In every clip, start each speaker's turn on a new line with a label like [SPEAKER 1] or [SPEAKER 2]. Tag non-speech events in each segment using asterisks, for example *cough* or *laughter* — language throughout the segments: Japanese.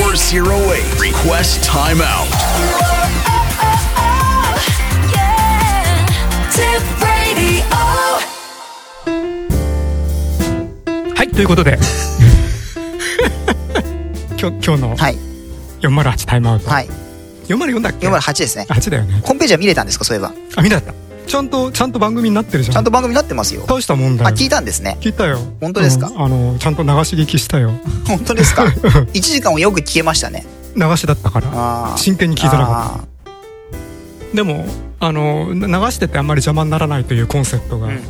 [SPEAKER 1] 808. Request timeout.
[SPEAKER 2] Oh, Tip Radio.
[SPEAKER 3] はいという
[SPEAKER 4] *laughs*
[SPEAKER 3] ことで今日今日の
[SPEAKER 4] はい
[SPEAKER 3] 408タイムアウト、
[SPEAKER 4] はい
[SPEAKER 3] 404だっけ
[SPEAKER 4] 408ですね
[SPEAKER 3] 8だよね
[SPEAKER 4] ホームページは見れたんですかそういえば
[SPEAKER 3] あ見たったちゃんとちゃんと番組になってるじゃん
[SPEAKER 4] ちゃんと番組になってますよ
[SPEAKER 3] 大したもんだ
[SPEAKER 4] あ
[SPEAKER 3] よ
[SPEAKER 4] 聞いたんですね
[SPEAKER 3] 聞いたよ
[SPEAKER 4] 本当ですか
[SPEAKER 3] うんあのちゃんと流し聞きしたよ
[SPEAKER 4] 本
[SPEAKER 3] *laughs*
[SPEAKER 4] 当ですか1時間をよく聞けましたね
[SPEAKER 3] 流しだったから
[SPEAKER 4] あー
[SPEAKER 3] 真剣に聞いてなかっ
[SPEAKER 4] あ
[SPEAKER 3] たでもあのな流しててあんまり邪魔にならないというコンセプトが、
[SPEAKER 4] ーうん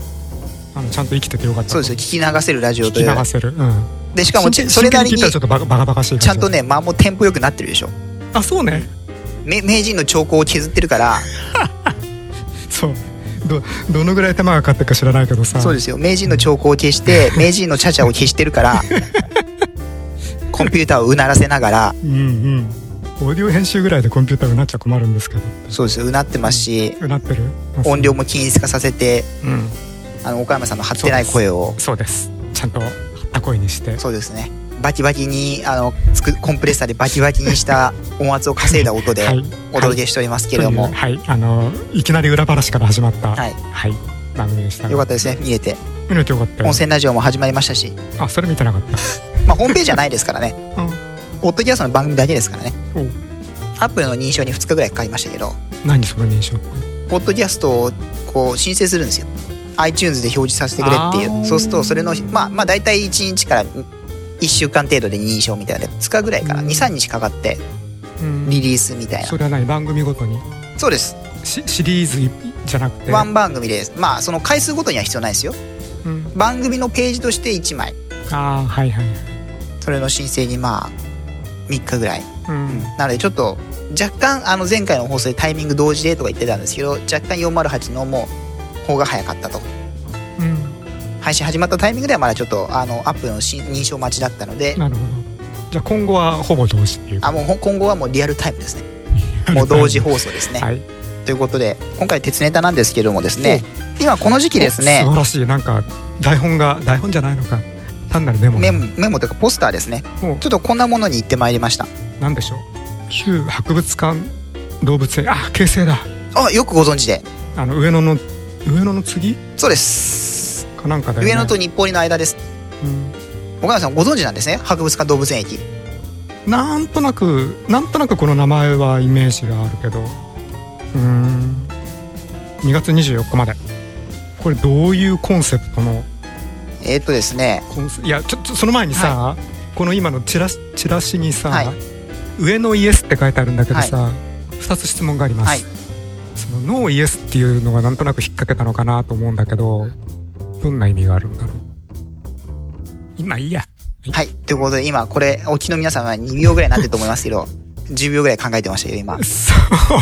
[SPEAKER 3] あのちゃんと生きててよかった
[SPEAKER 4] そうですよ聞き流せるラジオ
[SPEAKER 3] 聞
[SPEAKER 4] と
[SPEAKER 3] き
[SPEAKER 4] いう
[SPEAKER 3] 流せる、うん、
[SPEAKER 4] でしかもち
[SPEAKER 3] 真剣
[SPEAKER 4] それなり
[SPEAKER 3] 真剣聞い
[SPEAKER 4] に
[SPEAKER 3] たらちょっとバカバカバカしい感じ
[SPEAKER 4] ちゃんとね間もテンポよくなってるでしょ
[SPEAKER 3] あそうね
[SPEAKER 4] め名人の兆候を削ってるから
[SPEAKER 3] そうどどのぐらい手間がかかってるか知らないけどさ
[SPEAKER 4] そうですよ名人の兆候を消
[SPEAKER 3] *laughs*
[SPEAKER 4] して名人のチャチャを消してるからコンピューターをうならせながら
[SPEAKER 3] うんうんオーディオ編集ぐらいでコンピューターがなっちゃ困るんですけど
[SPEAKER 4] そうですようなってますし
[SPEAKER 3] うなってるあそう
[SPEAKER 4] 音量も均一化させて
[SPEAKER 3] うん
[SPEAKER 4] あの岡山さんの張ってない声を
[SPEAKER 3] そうですちゃんと張った声にして
[SPEAKER 4] そうですねバキバキにあのつくコンプレッサーでバキバキ
[SPEAKER 3] *laughs*
[SPEAKER 4] にした音圧を稼いだ音で
[SPEAKER 3] はい
[SPEAKER 4] お届けしておりますけれども、
[SPEAKER 3] というはいあのいきなり裏話から始まった
[SPEAKER 4] はい
[SPEAKER 3] 番組でした
[SPEAKER 4] よか
[SPEAKER 3] っ
[SPEAKER 4] ったですね見れて
[SPEAKER 3] 見れてよかったよ
[SPEAKER 4] 温泉ラジオも始まりましたし、
[SPEAKER 3] あそれ見てなかっ
[SPEAKER 4] まあ、ホームページじゃないですからね
[SPEAKER 3] たうん
[SPEAKER 4] ポッドキャストの番組だけですからね
[SPEAKER 3] お
[SPEAKER 4] アップルの認証に2日ぐらいかかりましたけど
[SPEAKER 3] 何その認証って
[SPEAKER 4] ポッドキャストをこう申請するんですよ iTunes で表示させてくれって
[SPEAKER 3] あ
[SPEAKER 4] い
[SPEAKER 3] ー
[SPEAKER 4] うそうするとそれのまあまあ大体1日から1週間程度で認証みたいな2日ぐらいから
[SPEAKER 3] うん
[SPEAKER 4] 23日かかって
[SPEAKER 3] うん
[SPEAKER 4] リリースみたいな
[SPEAKER 3] それは何番組ごとに
[SPEAKER 4] そうです
[SPEAKER 3] シシリーズじゃなくて
[SPEAKER 4] ワン番組ですまあその回数ごとには必要ないですよ
[SPEAKER 3] うん
[SPEAKER 4] 番組のページとして1枚
[SPEAKER 3] ああはいはい
[SPEAKER 4] それの申請にまあ3日ぐらい
[SPEAKER 3] うん
[SPEAKER 4] なのでちょっと若干あの前回の放送でタイミング同時でとか言ってたんですけど若干408のもう方が早かったと
[SPEAKER 3] うん
[SPEAKER 4] 配信始まったタイミングではまだちょっとあのアップルの新認証待ちだったので
[SPEAKER 3] なるほどじゃあ今後はほぼ同時っていう
[SPEAKER 4] あもうほ今後はもうリアルタイムですねもう同時放送ですね、
[SPEAKER 3] はい
[SPEAKER 4] ということで今回鉄ネタなんですけどもですね今この時期ですね
[SPEAKER 3] 素晴らしいなんか台本が台本じゃないのか単なるメモ
[SPEAKER 4] メモメモというかポスターですね
[SPEAKER 3] もう
[SPEAKER 4] ちょっとこんなものに行ってまいりました
[SPEAKER 3] なんでしょう旧博物館動物園あ形成だ
[SPEAKER 4] あよくご存知で
[SPEAKER 3] あの上野の上野の次
[SPEAKER 4] そうです
[SPEAKER 3] かなんかだよね
[SPEAKER 4] 上野と日暮里の間です
[SPEAKER 3] うん
[SPEAKER 4] 岡山さんご存知なんですね博物館動物園駅
[SPEAKER 3] なんとなくなんとなくこの名前はイメージがあるけどうーん2月24日までこれどういうコンセプトの
[SPEAKER 4] えーっとですね
[SPEAKER 3] コンセいやちょちょその前にさ、この今のチラシチラシにさ、
[SPEAKER 4] はい
[SPEAKER 3] 上のイエスって書いてあるんだけどさ、二2つ質問があります、
[SPEAKER 4] はい
[SPEAKER 3] そのノーイエスっていうのがなんとなく引っ掛けたのかなと思うんだけどどんな意味があるんだろう今いい
[SPEAKER 4] *laughs*
[SPEAKER 3] や
[SPEAKER 4] はいということで今これお聞きの皆さんは2秒ぐらいになってると思いますけど *laughs* 10秒ぐらい考えてましたよ *laughs* 今
[SPEAKER 3] そ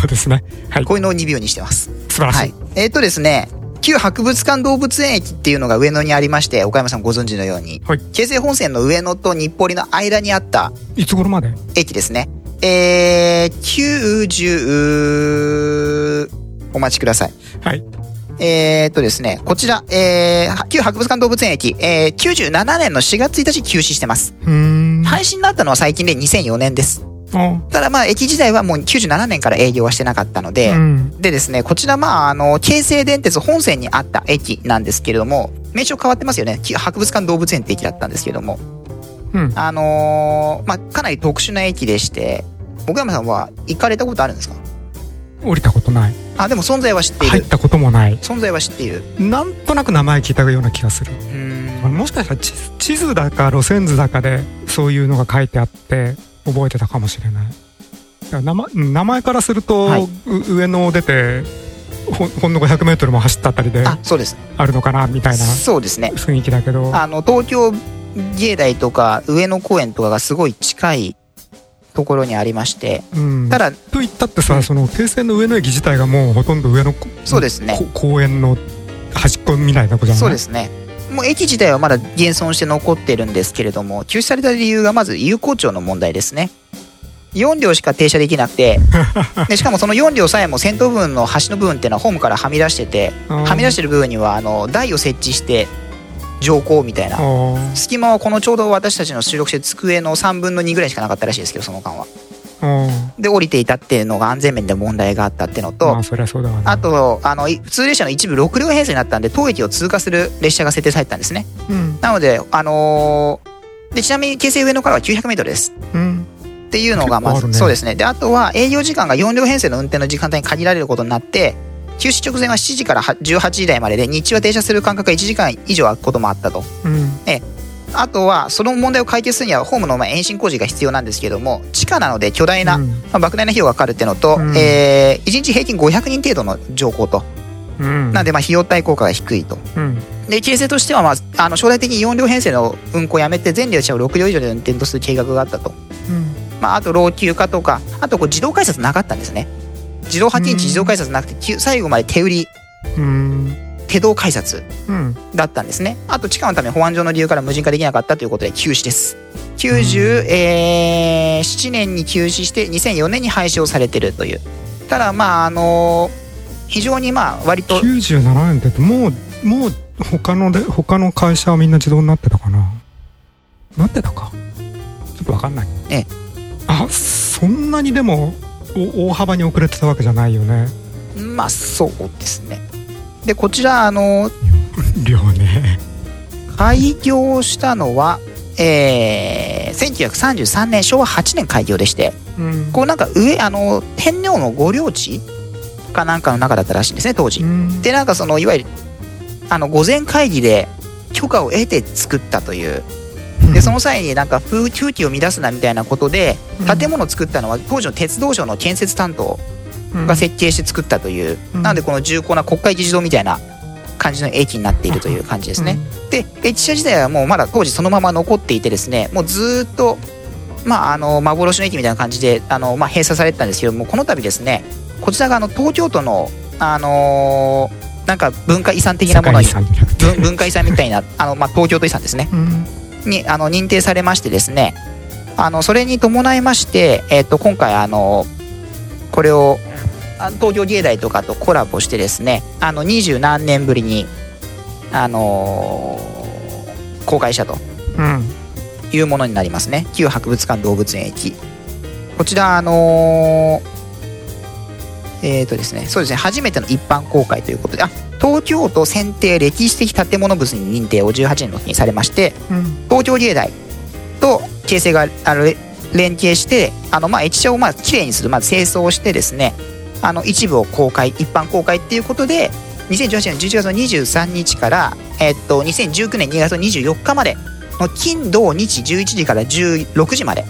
[SPEAKER 3] うですねはい
[SPEAKER 4] こういうのを2秒にしてます
[SPEAKER 3] 素晴らしい、
[SPEAKER 4] はいえーっとですね旧博物館動物園駅っていうのが上野にありまして岡山さんご存知のように、
[SPEAKER 3] はい
[SPEAKER 4] 京成本線の上野と日暮里の間にあった
[SPEAKER 3] い、つ頃まで
[SPEAKER 4] 駅ですねえー、90お待ちください
[SPEAKER 3] はい
[SPEAKER 4] えーっとですね、こちら、えー、旧博物館動物園駅、えー、97年の4月1日休止してます。
[SPEAKER 3] うーんい
[SPEAKER 4] 廃止になったのは最近で2004年です。
[SPEAKER 3] あ
[SPEAKER 4] ただまあ、駅自体はもう97年から営業はしてなかったので、
[SPEAKER 3] うん
[SPEAKER 4] でですね、こちらまあ、あの、京成電鉄本線にあった駅なんですけれども、名称変わってますよね。旧博物館動物園って駅だったんですけれども、
[SPEAKER 3] うん
[SPEAKER 4] あのーまあ、かなり特殊な駅でして、岡山さんは行かれたことあるんですか
[SPEAKER 3] 降りたことない
[SPEAKER 4] あ、でも存在は知っている。
[SPEAKER 3] 入ったこともない
[SPEAKER 4] 存在は知っている。
[SPEAKER 3] なんとなく名前聞いたような気がする
[SPEAKER 4] うーん
[SPEAKER 3] もしかしたら地図地図だか路線図だかでそういうのが書いてあって覚えてたかもしれないだから名前名前からすると、
[SPEAKER 4] はいう
[SPEAKER 3] 上野を出てほほんの 500m も走ったあたりで
[SPEAKER 4] あ、そうです。
[SPEAKER 3] あるのかなみたいな
[SPEAKER 4] そうですね。
[SPEAKER 3] 雰囲気だけど
[SPEAKER 4] あの、東京芸大とか上野公園とかがすごい近いところにありまして、
[SPEAKER 3] うん、
[SPEAKER 4] ただ、
[SPEAKER 3] と言ったってさその京成の上野駅自体がもうほとんど上野こ
[SPEAKER 4] そうですね
[SPEAKER 3] こ公園の端っこみたいなことじゃない
[SPEAKER 4] そうですすね。もう駅自体はまだ現存して残ってるんですけれども、休止された理由がまず有効庁の問題ですね。4両しか停車できなく
[SPEAKER 3] *laughs*
[SPEAKER 4] てでしかもその4両さえも先頭部分の端の部分っていうのはホームからはみ出しててはみ出してる部分にはあの台を設置して上皇みたいな
[SPEAKER 3] あ
[SPEAKER 4] 隙間はこのちょうど私たちの収録してる机の3分の2ぐらいしかなかったらしいですけどその間は
[SPEAKER 3] ああ
[SPEAKER 4] で降りていたっていうのが安全面で問題があったっての
[SPEAKER 3] あ
[SPEAKER 4] と、
[SPEAKER 3] まあそりゃそうだわね
[SPEAKER 4] あとあのい普通列車の一部6両編成になったんで当駅を通過する列車が設定されてたんですね
[SPEAKER 3] うん
[SPEAKER 4] なのであのーでちなみに京成上野からは 900m です
[SPEAKER 3] うん
[SPEAKER 4] っていうのがま
[SPEAKER 3] 結構あ
[SPEAKER 4] ず、
[SPEAKER 3] るね
[SPEAKER 4] そうですねであとは営業時間が4両編成の運転の時間帯に限られることになって休止直前は7時から18時台までで日中は停車する間隔が1時間以上空くこともあったと
[SPEAKER 3] うん
[SPEAKER 4] あとはその問題を解決するにはホームのまあ延伸工事が必要なんですけども地下なので巨大な、
[SPEAKER 3] う
[SPEAKER 4] ま
[SPEAKER 3] ん
[SPEAKER 4] あ、莫大な費用がかかるっていうのと、
[SPEAKER 3] うん
[SPEAKER 4] え1日平均500人程度の乗降と
[SPEAKER 3] うん
[SPEAKER 4] なんでまあ費用対効果が低いと。
[SPEAKER 3] うん
[SPEAKER 4] で形成としては、まあ、あの将来的に4両編成の運行をやめて全列車を6両以上で運転とする計画があったと、
[SPEAKER 3] うん
[SPEAKER 4] まあ、あと老朽化とかあとこう自動改札なかったんですね自動発
[SPEAKER 3] う
[SPEAKER 4] 禁
[SPEAKER 3] ん
[SPEAKER 4] 地自動改札なくてきゅ最後まで手売り
[SPEAKER 3] うん
[SPEAKER 4] 手動改札
[SPEAKER 3] うん
[SPEAKER 4] だったんですねあと地下のため保安上の理由から無人化できなかったということで休止です97、えー7年に休止して2004年に廃止をされてるというただまああの非常にまあ割と
[SPEAKER 3] 97円ってもうもう他ので他の会社はみんな自動になってたかななってたかちょっとわかんない
[SPEAKER 4] ええ
[SPEAKER 3] あそんなにでもお大幅に遅れてたわけじゃないよ
[SPEAKER 4] *laughs*
[SPEAKER 3] ね
[SPEAKER 4] まあそうですねでこちらあの
[SPEAKER 3] 量ね
[SPEAKER 4] 開業したのは、えー、1933年昭和8年開業でして
[SPEAKER 3] うん
[SPEAKER 4] こうなんか上あの天皇の御領地かなんかの中だったらしいんですね当時、
[SPEAKER 3] うん
[SPEAKER 4] でなんかそのいわゆるあの御前会議で許可を得て作ったというでその際になんか風風紀を乱すなみたいなことで
[SPEAKER 3] うん
[SPEAKER 4] 建物を作ったのは当時の鉄道省の建設担当
[SPEAKER 3] うん
[SPEAKER 4] が設計して作ったという、
[SPEAKER 3] うん
[SPEAKER 4] なのでこの重厚な国会議事堂みたいな感じの駅になっているという感じですね、で駅舎自体はもうまだ当時そのまま残っていてですねもうずーっとまああの幻の駅みたいな感じであの、まあ、閉鎖されてたんですけどもこの度ですねこちらがあの東京都のあのーなんか文化遺産的なものに
[SPEAKER 3] 世界遺産じゃなくて
[SPEAKER 4] 文文化遺産みたいなあの、まあ、東京都遺産ですね
[SPEAKER 3] うん
[SPEAKER 4] にあの認定されましてですねあのそれに伴いまして、えっと今回あのこれをあ東京芸大とかとコラボしてですねあの二十何年ぶりに、あのー公開したと
[SPEAKER 3] うん
[SPEAKER 4] いうものになりますね旧博物館動物園駅こちらあのーえっ、とですねそうですね初めての一般公開ということであ東京都選定歴史的建物物に認定を18年の時にされまして
[SPEAKER 3] うん
[SPEAKER 4] 東京芸大と京成があのれ連携してあの、まあ、駅舎をまあきれいにする、まず清掃をしてですねあの一部を公開一般公開っていうことで2018年11月の23日から、えっと、2019年2月の24日までの金土日11時から16時まで、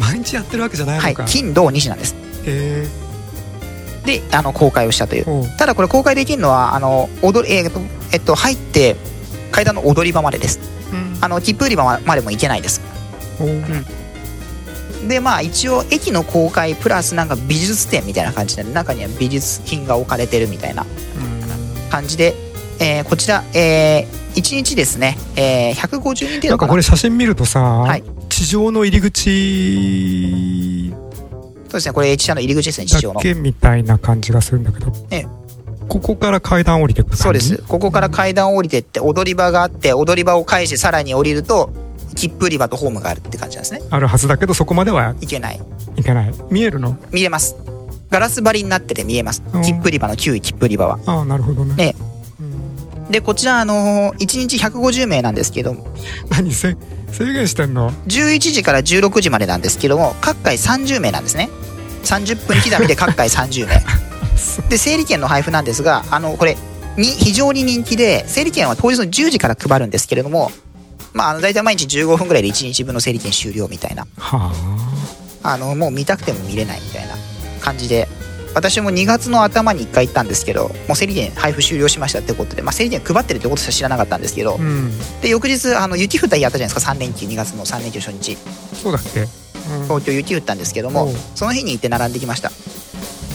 [SPEAKER 3] 毎日やってるわけじゃない
[SPEAKER 4] は
[SPEAKER 3] の
[SPEAKER 4] い
[SPEAKER 3] か、、
[SPEAKER 4] 金土日なんです
[SPEAKER 3] へえ
[SPEAKER 4] であの公開をしたという
[SPEAKER 3] おう
[SPEAKER 4] ただこれ公開できるのはあの踊り、えっとえっと、入って階段の踊り場までです
[SPEAKER 3] うん
[SPEAKER 4] あの切符売り場までも行けないです
[SPEAKER 3] おう
[SPEAKER 4] でまあ一応駅の公開プラスなんか美術展みたいな感じで中には美術品が置かれてるみたいな感じで、えーこちら、え1日ですね、えー、150人程
[SPEAKER 3] なん
[SPEAKER 4] 度
[SPEAKER 3] か
[SPEAKER 4] か
[SPEAKER 3] こ
[SPEAKER 4] な
[SPEAKER 3] れ写真見るとさ、
[SPEAKER 4] い
[SPEAKER 3] 地上の入り口
[SPEAKER 4] そうですねこれ駅舎の入り口ですね地上
[SPEAKER 3] だ
[SPEAKER 4] の
[SPEAKER 3] けみたいな感じがするんだけど、
[SPEAKER 4] ええ
[SPEAKER 3] ここから階段降りてくる
[SPEAKER 4] そうですここから階段を降りてって踊り場があって踊り場を返してさらに降りると切符売り場とホームがあるって感じなんですね
[SPEAKER 3] あるはずだけどそこまではい
[SPEAKER 4] けない
[SPEAKER 3] いけない見えるの
[SPEAKER 4] 見れますガラス張りになってて見えます
[SPEAKER 3] うん
[SPEAKER 4] 切符売り場の旧切符売り場は
[SPEAKER 3] ああなるほどね
[SPEAKER 4] ね
[SPEAKER 3] うん *laughs*
[SPEAKER 4] でこちらあのー、1日150名なんですけども
[SPEAKER 3] 何せ制限してんの
[SPEAKER 4] 11時から16時までなんですけども各回30名なんですね30分刻みで各回30名
[SPEAKER 3] そ *laughs*
[SPEAKER 4] で整理券の配布なんですがあのこれに非常に人気で整理券は当日の10時から配るんですけれどもまああの大体毎日15分ぐらいで1日分の整理券終了みたいな
[SPEAKER 3] は
[SPEAKER 4] あのもう見たくても見れないみたいな感じで私も2月の頭に1回行ったんですけどもう整理券配布終了しましたってことで、まあ、整理券配ってるってことしか知らなかったんですけど
[SPEAKER 3] あうん
[SPEAKER 4] で翌日あの雪降った日あったじゃないですか3連休2月の3連休初日
[SPEAKER 3] そうだっけ、うん
[SPEAKER 4] 東京雪降ったんですけど
[SPEAKER 3] お
[SPEAKER 4] も
[SPEAKER 3] う
[SPEAKER 4] その日に行って並んできました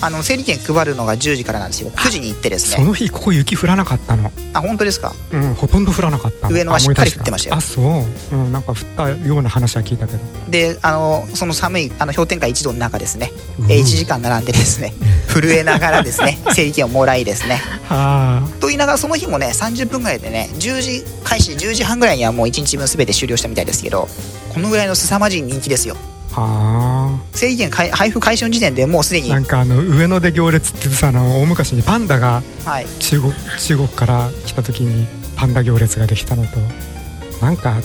[SPEAKER 4] あの整理券配るのが10時からなんですよ9時に行ってです
[SPEAKER 3] そ
[SPEAKER 4] ね
[SPEAKER 3] の日ここ雪降らなかったの、
[SPEAKER 4] あ本当ですか
[SPEAKER 3] うん、ほとんど降らなかったの
[SPEAKER 4] 上野は
[SPEAKER 3] あ思い出
[SPEAKER 4] しっかり降ってましたよ
[SPEAKER 3] あそう、うん、なんか降ったような話は聞いたけど
[SPEAKER 4] であのその寒いあの氷点下1度の中ですね、
[SPEAKER 3] う
[SPEAKER 4] えー
[SPEAKER 3] ん
[SPEAKER 4] 1時間並んでですね震えながらで
[SPEAKER 3] *laughs*
[SPEAKER 4] すね整理券をもらいですね
[SPEAKER 3] は
[SPEAKER 4] と言いながらその日もね30分ぐらいでね10時開始10時半ぐらいにはもう1日分全て終了したみたいですけどこのぐらいの凄まじい人気ですよ
[SPEAKER 3] あは
[SPEAKER 4] 整理券開配布開始の時点でもうすで
[SPEAKER 3] あ
[SPEAKER 4] に
[SPEAKER 3] なんかあの上野で行列って言ってたの大昔にパンダが
[SPEAKER 4] はい
[SPEAKER 3] 中国中国から来た時にパンダ行列ができたのとなんか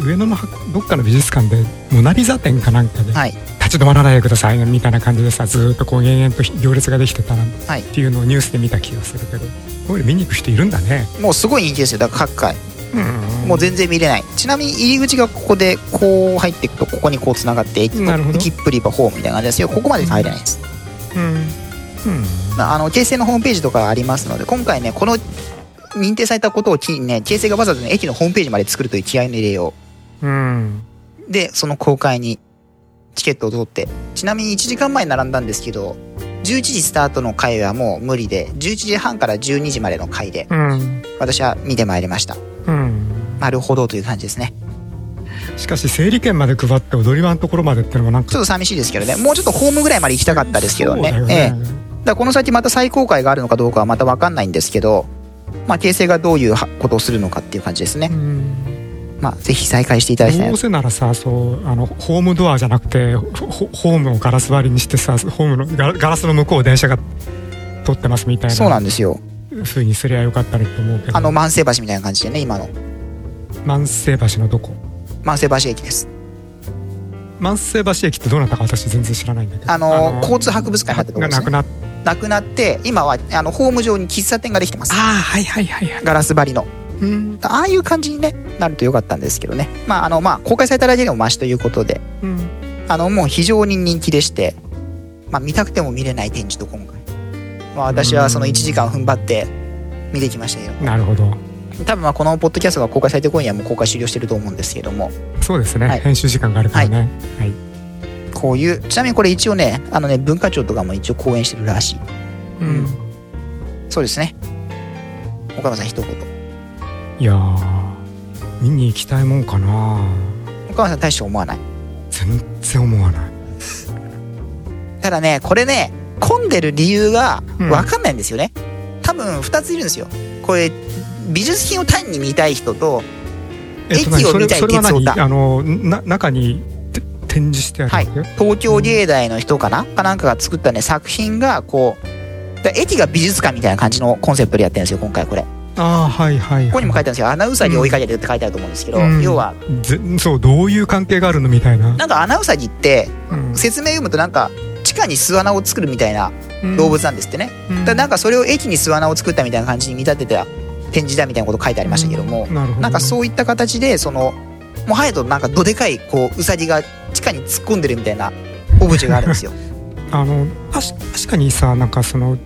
[SPEAKER 3] う上野の博どっかの美術館でモナ・リザ展かなんかで、
[SPEAKER 4] はい
[SPEAKER 3] 立ち止まらないでくださいみたいな感じでさずーっとこう延々と行列ができてたなっ
[SPEAKER 4] はい
[SPEAKER 3] ていうのをニュースで見た気がするけどこれ見に行く人いるんだね
[SPEAKER 4] もうすごい人気ですよだから各界
[SPEAKER 3] うん
[SPEAKER 4] もう全然見れないちなみに入り口がここでこう入っていくとここにこうつながっていって
[SPEAKER 3] なるほど
[SPEAKER 4] 切符売り場ホームみたいな感じですよここまで入れないです
[SPEAKER 3] うんうん
[SPEAKER 4] あの京成のホームページとかありますので今回ねこの認定されたことを機にね京成がわざわざね駅のホームページまで作るという気合いの入れよう
[SPEAKER 3] うん
[SPEAKER 4] でその公開にチケットを取ってちなみに1時間前に並んだんですけど11時スタートの回はもう無理で11時半から12時までの回で
[SPEAKER 3] うん
[SPEAKER 4] 私は見てまいりました
[SPEAKER 3] うん
[SPEAKER 4] なるほどという感じですね
[SPEAKER 3] しかし整理券まで配って踊り場のところまでってのもなん
[SPEAKER 4] ちょっ
[SPEAKER 3] か
[SPEAKER 4] と寂しいですけどねもうちょっとホームぐらいまで行きたかったですけどね
[SPEAKER 3] そう
[SPEAKER 4] え
[SPEAKER 3] だ
[SPEAKER 4] え
[SPEAKER 3] よね
[SPEAKER 4] だからこの先また再公開があるのかどうかはまた分かんないんですけどまあ形成がどういうはことをするのかっていう感じですね
[SPEAKER 3] うん
[SPEAKER 4] まあぜひ再開していただきた
[SPEAKER 3] ど
[SPEAKER 4] いな
[SPEAKER 3] うせならさそうあのホームドアじゃなくてホホホームをガラス張りにしてさホームのガラガラスの向こうを電車が通ってますみたい
[SPEAKER 4] そうな
[SPEAKER 3] なん
[SPEAKER 4] ですよ
[SPEAKER 3] 風にすりゃよかったなと思うけど
[SPEAKER 4] あの万世橋みたいな感じでね今の
[SPEAKER 3] 万世橋のどこ
[SPEAKER 4] 万世橋駅です
[SPEAKER 3] 万世橋駅ってどうなったか私全然知らないんだけど
[SPEAKER 4] あの交通博物館になったとこ
[SPEAKER 3] が
[SPEAKER 4] ろで
[SPEAKER 3] な
[SPEAKER 4] すね
[SPEAKER 3] くなっ
[SPEAKER 4] なくなって今はあのホーム上に喫茶店ができてます
[SPEAKER 3] ああはいはいはいはい
[SPEAKER 4] ガラス張りの
[SPEAKER 3] うん
[SPEAKER 4] ああいう感じに、ね、なるとよかったんですけどねまああのまあ公開されただけでもマシということで
[SPEAKER 3] うん
[SPEAKER 4] あのもう非常に人気でして、まあ、見たくても見れない展示と今回、まあ、私はその1時間踏ん張って見てきましたけど
[SPEAKER 3] なるほど
[SPEAKER 4] 多分まあこのポッドキャストが公開されてる頃にはもう公開終了してると思うんですけども
[SPEAKER 3] そうですね、
[SPEAKER 4] はい
[SPEAKER 3] 編集時間があるからねはい、
[SPEAKER 4] こういうちなみにこれ一応ねあのね文化庁とかも一応講演してるらしい
[SPEAKER 3] うん
[SPEAKER 4] そうですね岡野さん一言
[SPEAKER 3] いやー見に行きたいもんかな
[SPEAKER 4] 岡野さん大して思わない
[SPEAKER 3] 全然思わない
[SPEAKER 4] ただねこれね混んでる理由が
[SPEAKER 3] うん
[SPEAKER 4] 分かんないんですよね、多分2ついるんですよこれ美術品を単に見たい人と
[SPEAKER 3] えっと何
[SPEAKER 4] 駅を
[SPEAKER 3] それ
[SPEAKER 4] 見たい
[SPEAKER 3] それは
[SPEAKER 4] 鉄オ
[SPEAKER 3] 何
[SPEAKER 4] タ
[SPEAKER 3] あのな中にて展示してあるわけ、
[SPEAKER 4] 東京芸大の人かなかなんかが作ったね作品がこうだ駅が美術館みたいな感じのコンセプトでやってるんですよ今回これこ
[SPEAKER 3] ああはいはい、はい、
[SPEAKER 4] こにも書いてあるんですよ「アナウンサーに追いかけてる」って書いてあると思うんですけど、
[SPEAKER 3] うん
[SPEAKER 4] 要は
[SPEAKER 3] ぜそうどういう関係があるのみたいな
[SPEAKER 4] なんかアナウンサーにって
[SPEAKER 3] うん
[SPEAKER 4] 説明読むとなんか地下に巣穴を作るみたいな動物なんですってね、だからなんかそれを駅に巣穴を作ったみたいな感じに見立てた展示だみたいなこと書いてありましたけども、
[SPEAKER 3] うんなるほど
[SPEAKER 4] なんかそういった形でそのもうハヤトなんかどでかいこうウサギが地下に突っ込んでるみたいなオブジェがあるんです
[SPEAKER 3] *laughs*
[SPEAKER 4] よ。
[SPEAKER 3] あのたし確かにさなんかそのう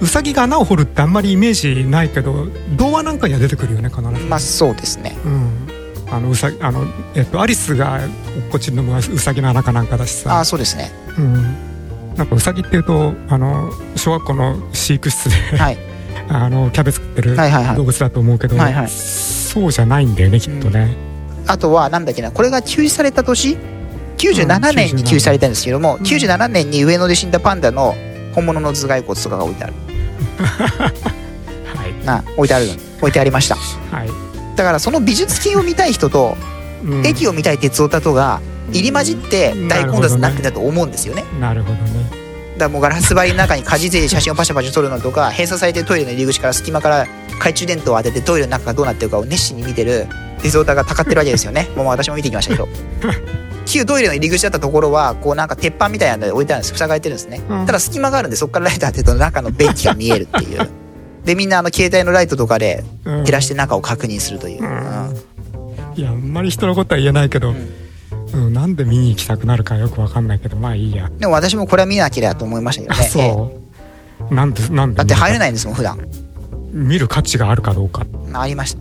[SPEAKER 3] うさぎが穴を掘るってあんまりイメージないけど童話なんかには出てくるよね必ず、
[SPEAKER 4] まあそうですね。
[SPEAKER 3] うんあのうさあのえっとアリスが落っこちるのもうさぎの穴かなんかだし
[SPEAKER 4] あ
[SPEAKER 3] さ
[SPEAKER 4] あそうですね。
[SPEAKER 3] うんなんかうさぎっていうとあの小学校の飼育室で
[SPEAKER 4] はい
[SPEAKER 3] あのキャベツ食ってる
[SPEAKER 4] はいはいは
[SPEAKER 3] 動
[SPEAKER 4] い。
[SPEAKER 3] 物だと思うけど、
[SPEAKER 4] はいはい
[SPEAKER 3] そうじゃないんだよねきっとね、
[SPEAKER 4] あとはなんだっけなこれが休止された年97年に休止されたんですけども、
[SPEAKER 3] ん
[SPEAKER 4] 97年に上野で死んだパンダの本物の頭蓋骨とかが置いてある
[SPEAKER 3] はい
[SPEAKER 4] な置いてある置いてありました
[SPEAKER 3] はい、
[SPEAKER 4] だからその美術品を見たい人と
[SPEAKER 3] うん
[SPEAKER 4] 駅を見たい鉄オタとが入り混じって大混雑になってたと思うんですよね
[SPEAKER 3] なるほどね
[SPEAKER 4] だからもうガラス張りの中にかじついで写真をパシャパシャ撮るのとか閉鎖されてるトイレの入り口から隙間から懐中電灯を当ててトイレの中がどうなってるかを熱心に見てるリゾータがたかってるわけです
[SPEAKER 3] *laughs*
[SPEAKER 4] よねもう私も見てきましたけど旧トイレの入り口だったところはこうなんか鉄板みたいなので置いてあるんです塞がれてるんですね、
[SPEAKER 3] うん
[SPEAKER 4] ただ隙間があるんでそこからライト当てると中の便器が見えるっていう
[SPEAKER 3] *laughs*
[SPEAKER 4] でみんなあの携帯のライトとかで
[SPEAKER 3] うん
[SPEAKER 4] 照らして中を確認するという、
[SPEAKER 3] うん
[SPEAKER 4] うん
[SPEAKER 3] いやあんまり人のことは言えないけど、うんなんで見に行きたくなるかよくわかんないけどまあいいや、
[SPEAKER 4] でも私もこれは見なきゃと思いましたけど
[SPEAKER 3] あ
[SPEAKER 4] ねええ
[SPEAKER 3] そうなんでなんで
[SPEAKER 4] だって入れ
[SPEAKER 3] い
[SPEAKER 4] ないんですもん普段
[SPEAKER 3] 見る価値があるかどうか
[SPEAKER 4] ありました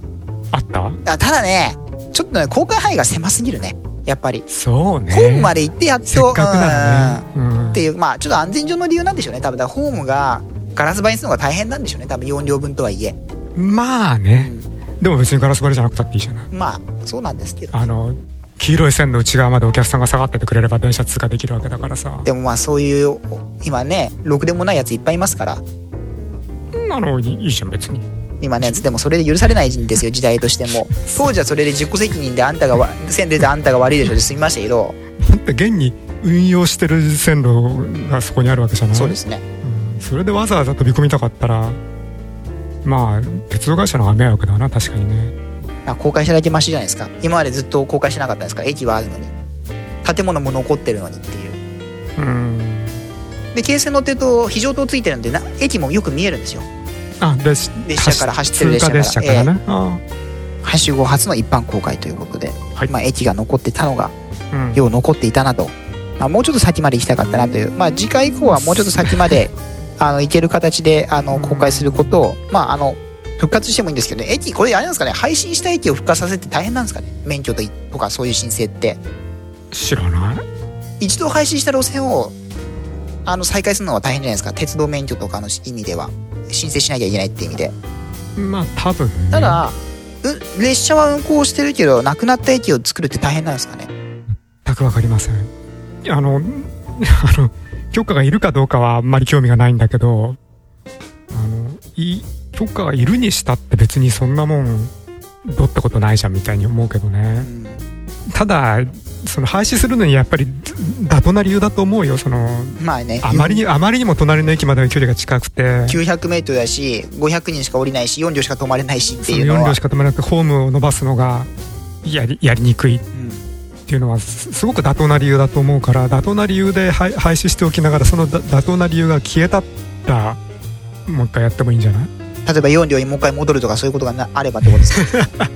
[SPEAKER 3] あった
[SPEAKER 4] あただねちょっとね公開範囲が狭すぎるねやっぱり。
[SPEAKER 3] そうね
[SPEAKER 4] ホームまで行ってやっと、
[SPEAKER 3] せっかくならね、うん
[SPEAKER 4] っていう、まあ、ちょっと安全上の理由なんでしょうね、多分だからホームがガラス張りにするのが大変なんでしょうね、多分4両分とはいえ、
[SPEAKER 3] まあね、でも別にガラス張りじゃなくたっていいじゃない
[SPEAKER 4] まあ、そうなんですけど、
[SPEAKER 3] あの黄色い線の内側までお客さんが下がっててくれれば電車通過できるわけだからさ
[SPEAKER 4] でもまあ、そういう、今ね、ろくでもないやついっぱいいますから、
[SPEAKER 3] そんなのいいじゃん別に
[SPEAKER 4] 今ね、でもそれで許されないんですよ、時代としても。当時はそれで自己責任であんたがわ、線出てあんたが悪いでしょで済みましたけど、
[SPEAKER 3] だって現に運用してる線路がそこにあるわけじゃない
[SPEAKER 4] そうですね。
[SPEAKER 3] うんそれでわざわざ飛び込みたかったらまあ鉄道会社の方が迷惑だな確かにね
[SPEAKER 4] あ公開しただけマシじゃないですか。今までずっと公開してなかったんですから、駅はあるのに。建物も残ってるのにっていう。
[SPEAKER 3] うん
[SPEAKER 4] で、京成乗ってると、非常灯ついてるんでな、駅もよく見えるんですよ。
[SPEAKER 3] あ列
[SPEAKER 4] 列車から走ってる
[SPEAKER 3] 通過列
[SPEAKER 4] 列
[SPEAKER 3] 車か
[SPEAKER 4] 車から
[SPEAKER 3] らね、あ
[SPEAKER 4] はしご初の一般公開ということで、
[SPEAKER 3] はい
[SPEAKER 4] まあ、駅が残ってたのが
[SPEAKER 3] あうん
[SPEAKER 4] よう残っていたなと、まあ、もうちょっと先まで行きたかったなという、まあ、次回以降はもうちょっと先まで
[SPEAKER 3] *laughs*
[SPEAKER 4] あの行ける形であの公開することを、まあ、あの復活してもいいんですけど、ね、駅これあれなんですかね配信した駅を復活させて大変なんですかね免許といとかそういう申請って
[SPEAKER 3] 知らない
[SPEAKER 4] 一度配信した路線をあの再開するのは大変じゃないですか鉄道免許とかの意味では申請しなきゃいけないって意味で
[SPEAKER 3] まあ多分、ね、
[SPEAKER 4] ただ、う列車は運行してるけどなくなった駅を作るって大変なんですかね
[SPEAKER 3] 全くわかりませんあの *laughs* あの許可がいるかどうかはあんまり興味がないんだけどあのい許可がいるにしたって別にそんなもんどうってことないじゃんみたいに思うけどねただその廃止するのにやっぱり妥当な理由だと思うよその
[SPEAKER 4] まあね
[SPEAKER 3] あまりにあまりにも隣の駅までの距離が近くて
[SPEAKER 4] 900m だし500人しか降りないし4両しか止まれないしって
[SPEAKER 3] その
[SPEAKER 4] いうの
[SPEAKER 3] 4
[SPEAKER 4] は
[SPEAKER 3] 両しか止めなくてホームを伸ばすのがやりやりにくいっ
[SPEAKER 4] うん
[SPEAKER 3] ていうのはすすごく妥当な理由だと思うから妥当な理由で廃廃止しておきながらそのだ妥当な理由が消えたったもう一回やってもいいんじゃない
[SPEAKER 4] 例えば4両にもう一回戻るとかそういうことがなあればってことです
[SPEAKER 3] *laughs*
[SPEAKER 4] か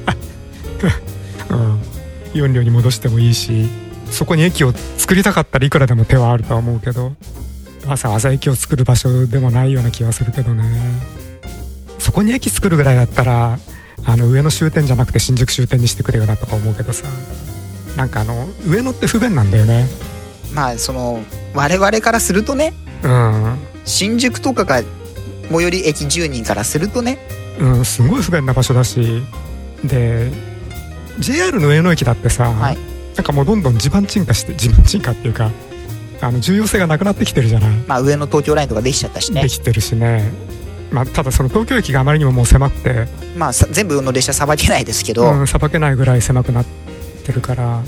[SPEAKER 3] うん、4両に戻してもいいしそこに駅を作りたかったらいくらでも手はあるとは思うけどわざわざ駅を作る場所でもないような気はするけどねそこに駅作るぐらいだったらあの上の終点じゃなくて新宿終点にしてくれよなとか思うけどさなんかあの上野って不便なんだよね
[SPEAKER 4] まあその我々からするとね
[SPEAKER 3] うん
[SPEAKER 4] 新宿とかが最寄り駅10人からするとね
[SPEAKER 3] うん、すごい不便な場所だしで JR の上野駅だってさ、
[SPEAKER 4] はい
[SPEAKER 3] なんかもうどんどん地盤沈下して地盤沈下っていうかあの重要性がなくなってきてるじゃない、
[SPEAKER 4] まあ上の東京ラインとかできちゃったしね
[SPEAKER 3] できてるしね、まあ、ただその東京駅があまりにももう狭くて
[SPEAKER 4] まあさ全部の列車さばけないですけど、
[SPEAKER 3] うんさば、けないぐらい狭くなってるから、ま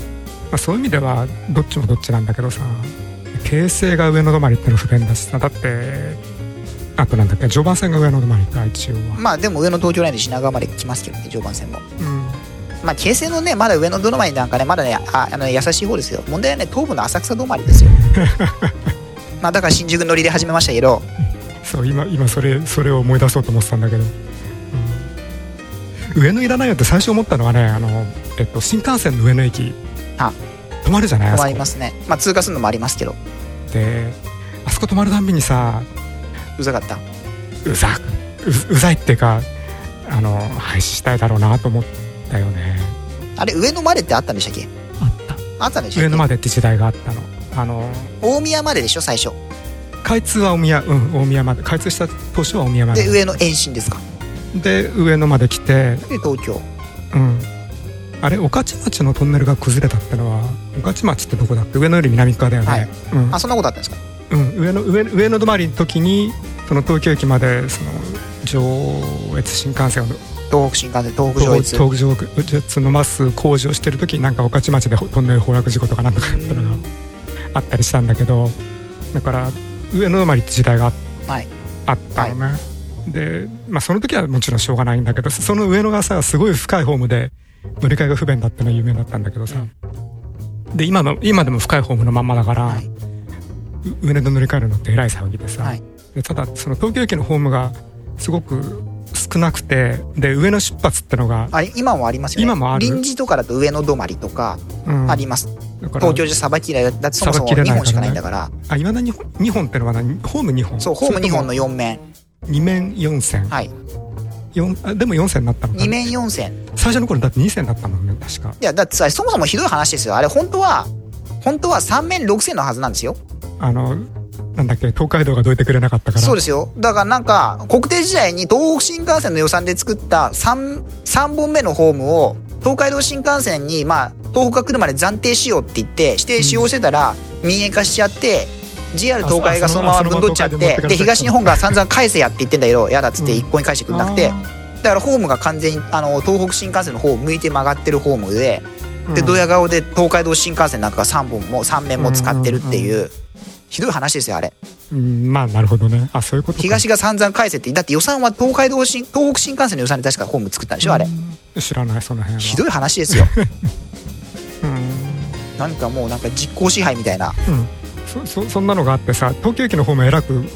[SPEAKER 3] あ、そういう意味ではどっちもどっちなんだけどさ京成が上野止まりっての不便だしさだってあとなんだっけ常磐線が上野止まりか一応は、
[SPEAKER 4] まあでも上の東京ラインで品川まで来ますけどね常磐線も
[SPEAKER 3] うん
[SPEAKER 4] まあ京成のねまだ上のどのまりなんかねまだねああの優しい方ですよ問題はね東部の浅草止まり
[SPEAKER 3] *laughs*
[SPEAKER 4] ですよまあだから新宿乗りで始めましたけど
[SPEAKER 3] そう今今それそれを思い出そうと思ってたんだけど、うん上野いらないよって最初思ったのはねあの、えっと、新幹線の上野駅
[SPEAKER 4] あ
[SPEAKER 3] 止まるじゃないあ
[SPEAKER 4] 止
[SPEAKER 3] そ
[SPEAKER 4] ま
[SPEAKER 3] こ
[SPEAKER 4] りますねまあ通過するのもありますけど
[SPEAKER 3] であそこ止まるたんびにさ
[SPEAKER 4] うざかった
[SPEAKER 3] うざううざいっていうかあの廃止したいだろうなと思ったよね
[SPEAKER 4] あれ上野までってあったんでしたっけ
[SPEAKER 3] あった
[SPEAKER 4] あったんでしたっけ
[SPEAKER 3] 上野までって時代があったのあの
[SPEAKER 4] 大宮まででしょ最初
[SPEAKER 3] 開通は大宮うん大宮まで開通した当初は大宮まで
[SPEAKER 4] で上野延伸ですか
[SPEAKER 3] で上野まで来て
[SPEAKER 4] で東京
[SPEAKER 3] うん、あれ御徒町のトンネルが崩れたってのは御徒町ってどこだって上野より南側だよね、
[SPEAKER 4] はい
[SPEAKER 3] うん
[SPEAKER 4] あそんなことあったんですか
[SPEAKER 3] うん、上野上野上野止まりの時にその東京駅までその上越新幹線を
[SPEAKER 4] 東北新幹線東北上
[SPEAKER 3] 東
[SPEAKER 4] 越
[SPEAKER 3] 東上越伸ばす工事をしてる時になんか御徒町でトンネル崩落事故とかなんとかあったのがあったりしたんだけどだから上野止まりって時代があっ
[SPEAKER 4] はい
[SPEAKER 3] あったのね、で、まあ、その時はもちろんしょうがないんだけどその上野がさすごい深いホームで乗り換えが不便だったのは有名だったんだけどさ、で今の今でも深いホームのまんまだから、
[SPEAKER 4] はいう
[SPEAKER 3] 上野で乗り換えるのってえらい騒ぎでさ、
[SPEAKER 4] はい
[SPEAKER 3] でただその東京駅のホームがすごく少なくてで上野出発ってのが、
[SPEAKER 4] あれ今もありますよね
[SPEAKER 3] 今もある
[SPEAKER 4] 臨時とかだと上野止まりとか
[SPEAKER 3] うん
[SPEAKER 4] あります、
[SPEAKER 3] だから
[SPEAKER 4] 東京じゃさばききれないだってそもそも
[SPEAKER 3] さばききれないから
[SPEAKER 4] 2
[SPEAKER 3] ね
[SPEAKER 4] 本しかないんだから
[SPEAKER 3] あいまだに2本ってのは何ホーム2本
[SPEAKER 4] そうホーム2本の
[SPEAKER 3] それ
[SPEAKER 4] 4面
[SPEAKER 3] とも2面4線
[SPEAKER 4] はい
[SPEAKER 3] 四あでも4線になったのか
[SPEAKER 4] 二面四線
[SPEAKER 3] 最初の頃だって2線だったもんね確か
[SPEAKER 4] いやだってさそもそもひどい話ですよあれ本当は本当は3面6線のはずなんですよ
[SPEAKER 3] あのなんだっけ東海道がどいてくれなかったから
[SPEAKER 4] そうですよだからなんか国定時代に東北新幹線の予算で作った 3, 3本目のホームを東海道新幹線に、まあ、東北が来るまで暫定しようって言って指定使用してたら民営化しちゃって、JR 東海がそのまま分取っちゃって
[SPEAKER 3] あそのまま東海で持ってかれちゃった
[SPEAKER 4] で東日本が散々返せやって言ってんだけどやだっつって
[SPEAKER 3] うん
[SPEAKER 4] 一向に返してくれなくて、だからホームが完全にあの東北新幹線の方を向いて曲がってるホームででド
[SPEAKER 3] や
[SPEAKER 4] ヤ顔で東海道新幹線なんかが3本も3面も使ってるっていうひどい話ですよあれ。
[SPEAKER 3] うんまあなるほどねあそういうことか
[SPEAKER 4] 東が散々返せってだって予算は東海道新東北新幹線の予算で確かホーム作ったんでしょあれ
[SPEAKER 3] うん知らないその辺は
[SPEAKER 4] ひどい話ですよ *laughs*
[SPEAKER 3] うん、
[SPEAKER 4] なんかもうなんか実効支配みたいな
[SPEAKER 3] うんそそそんなのがあってさ東京駅の方もえらく
[SPEAKER 4] う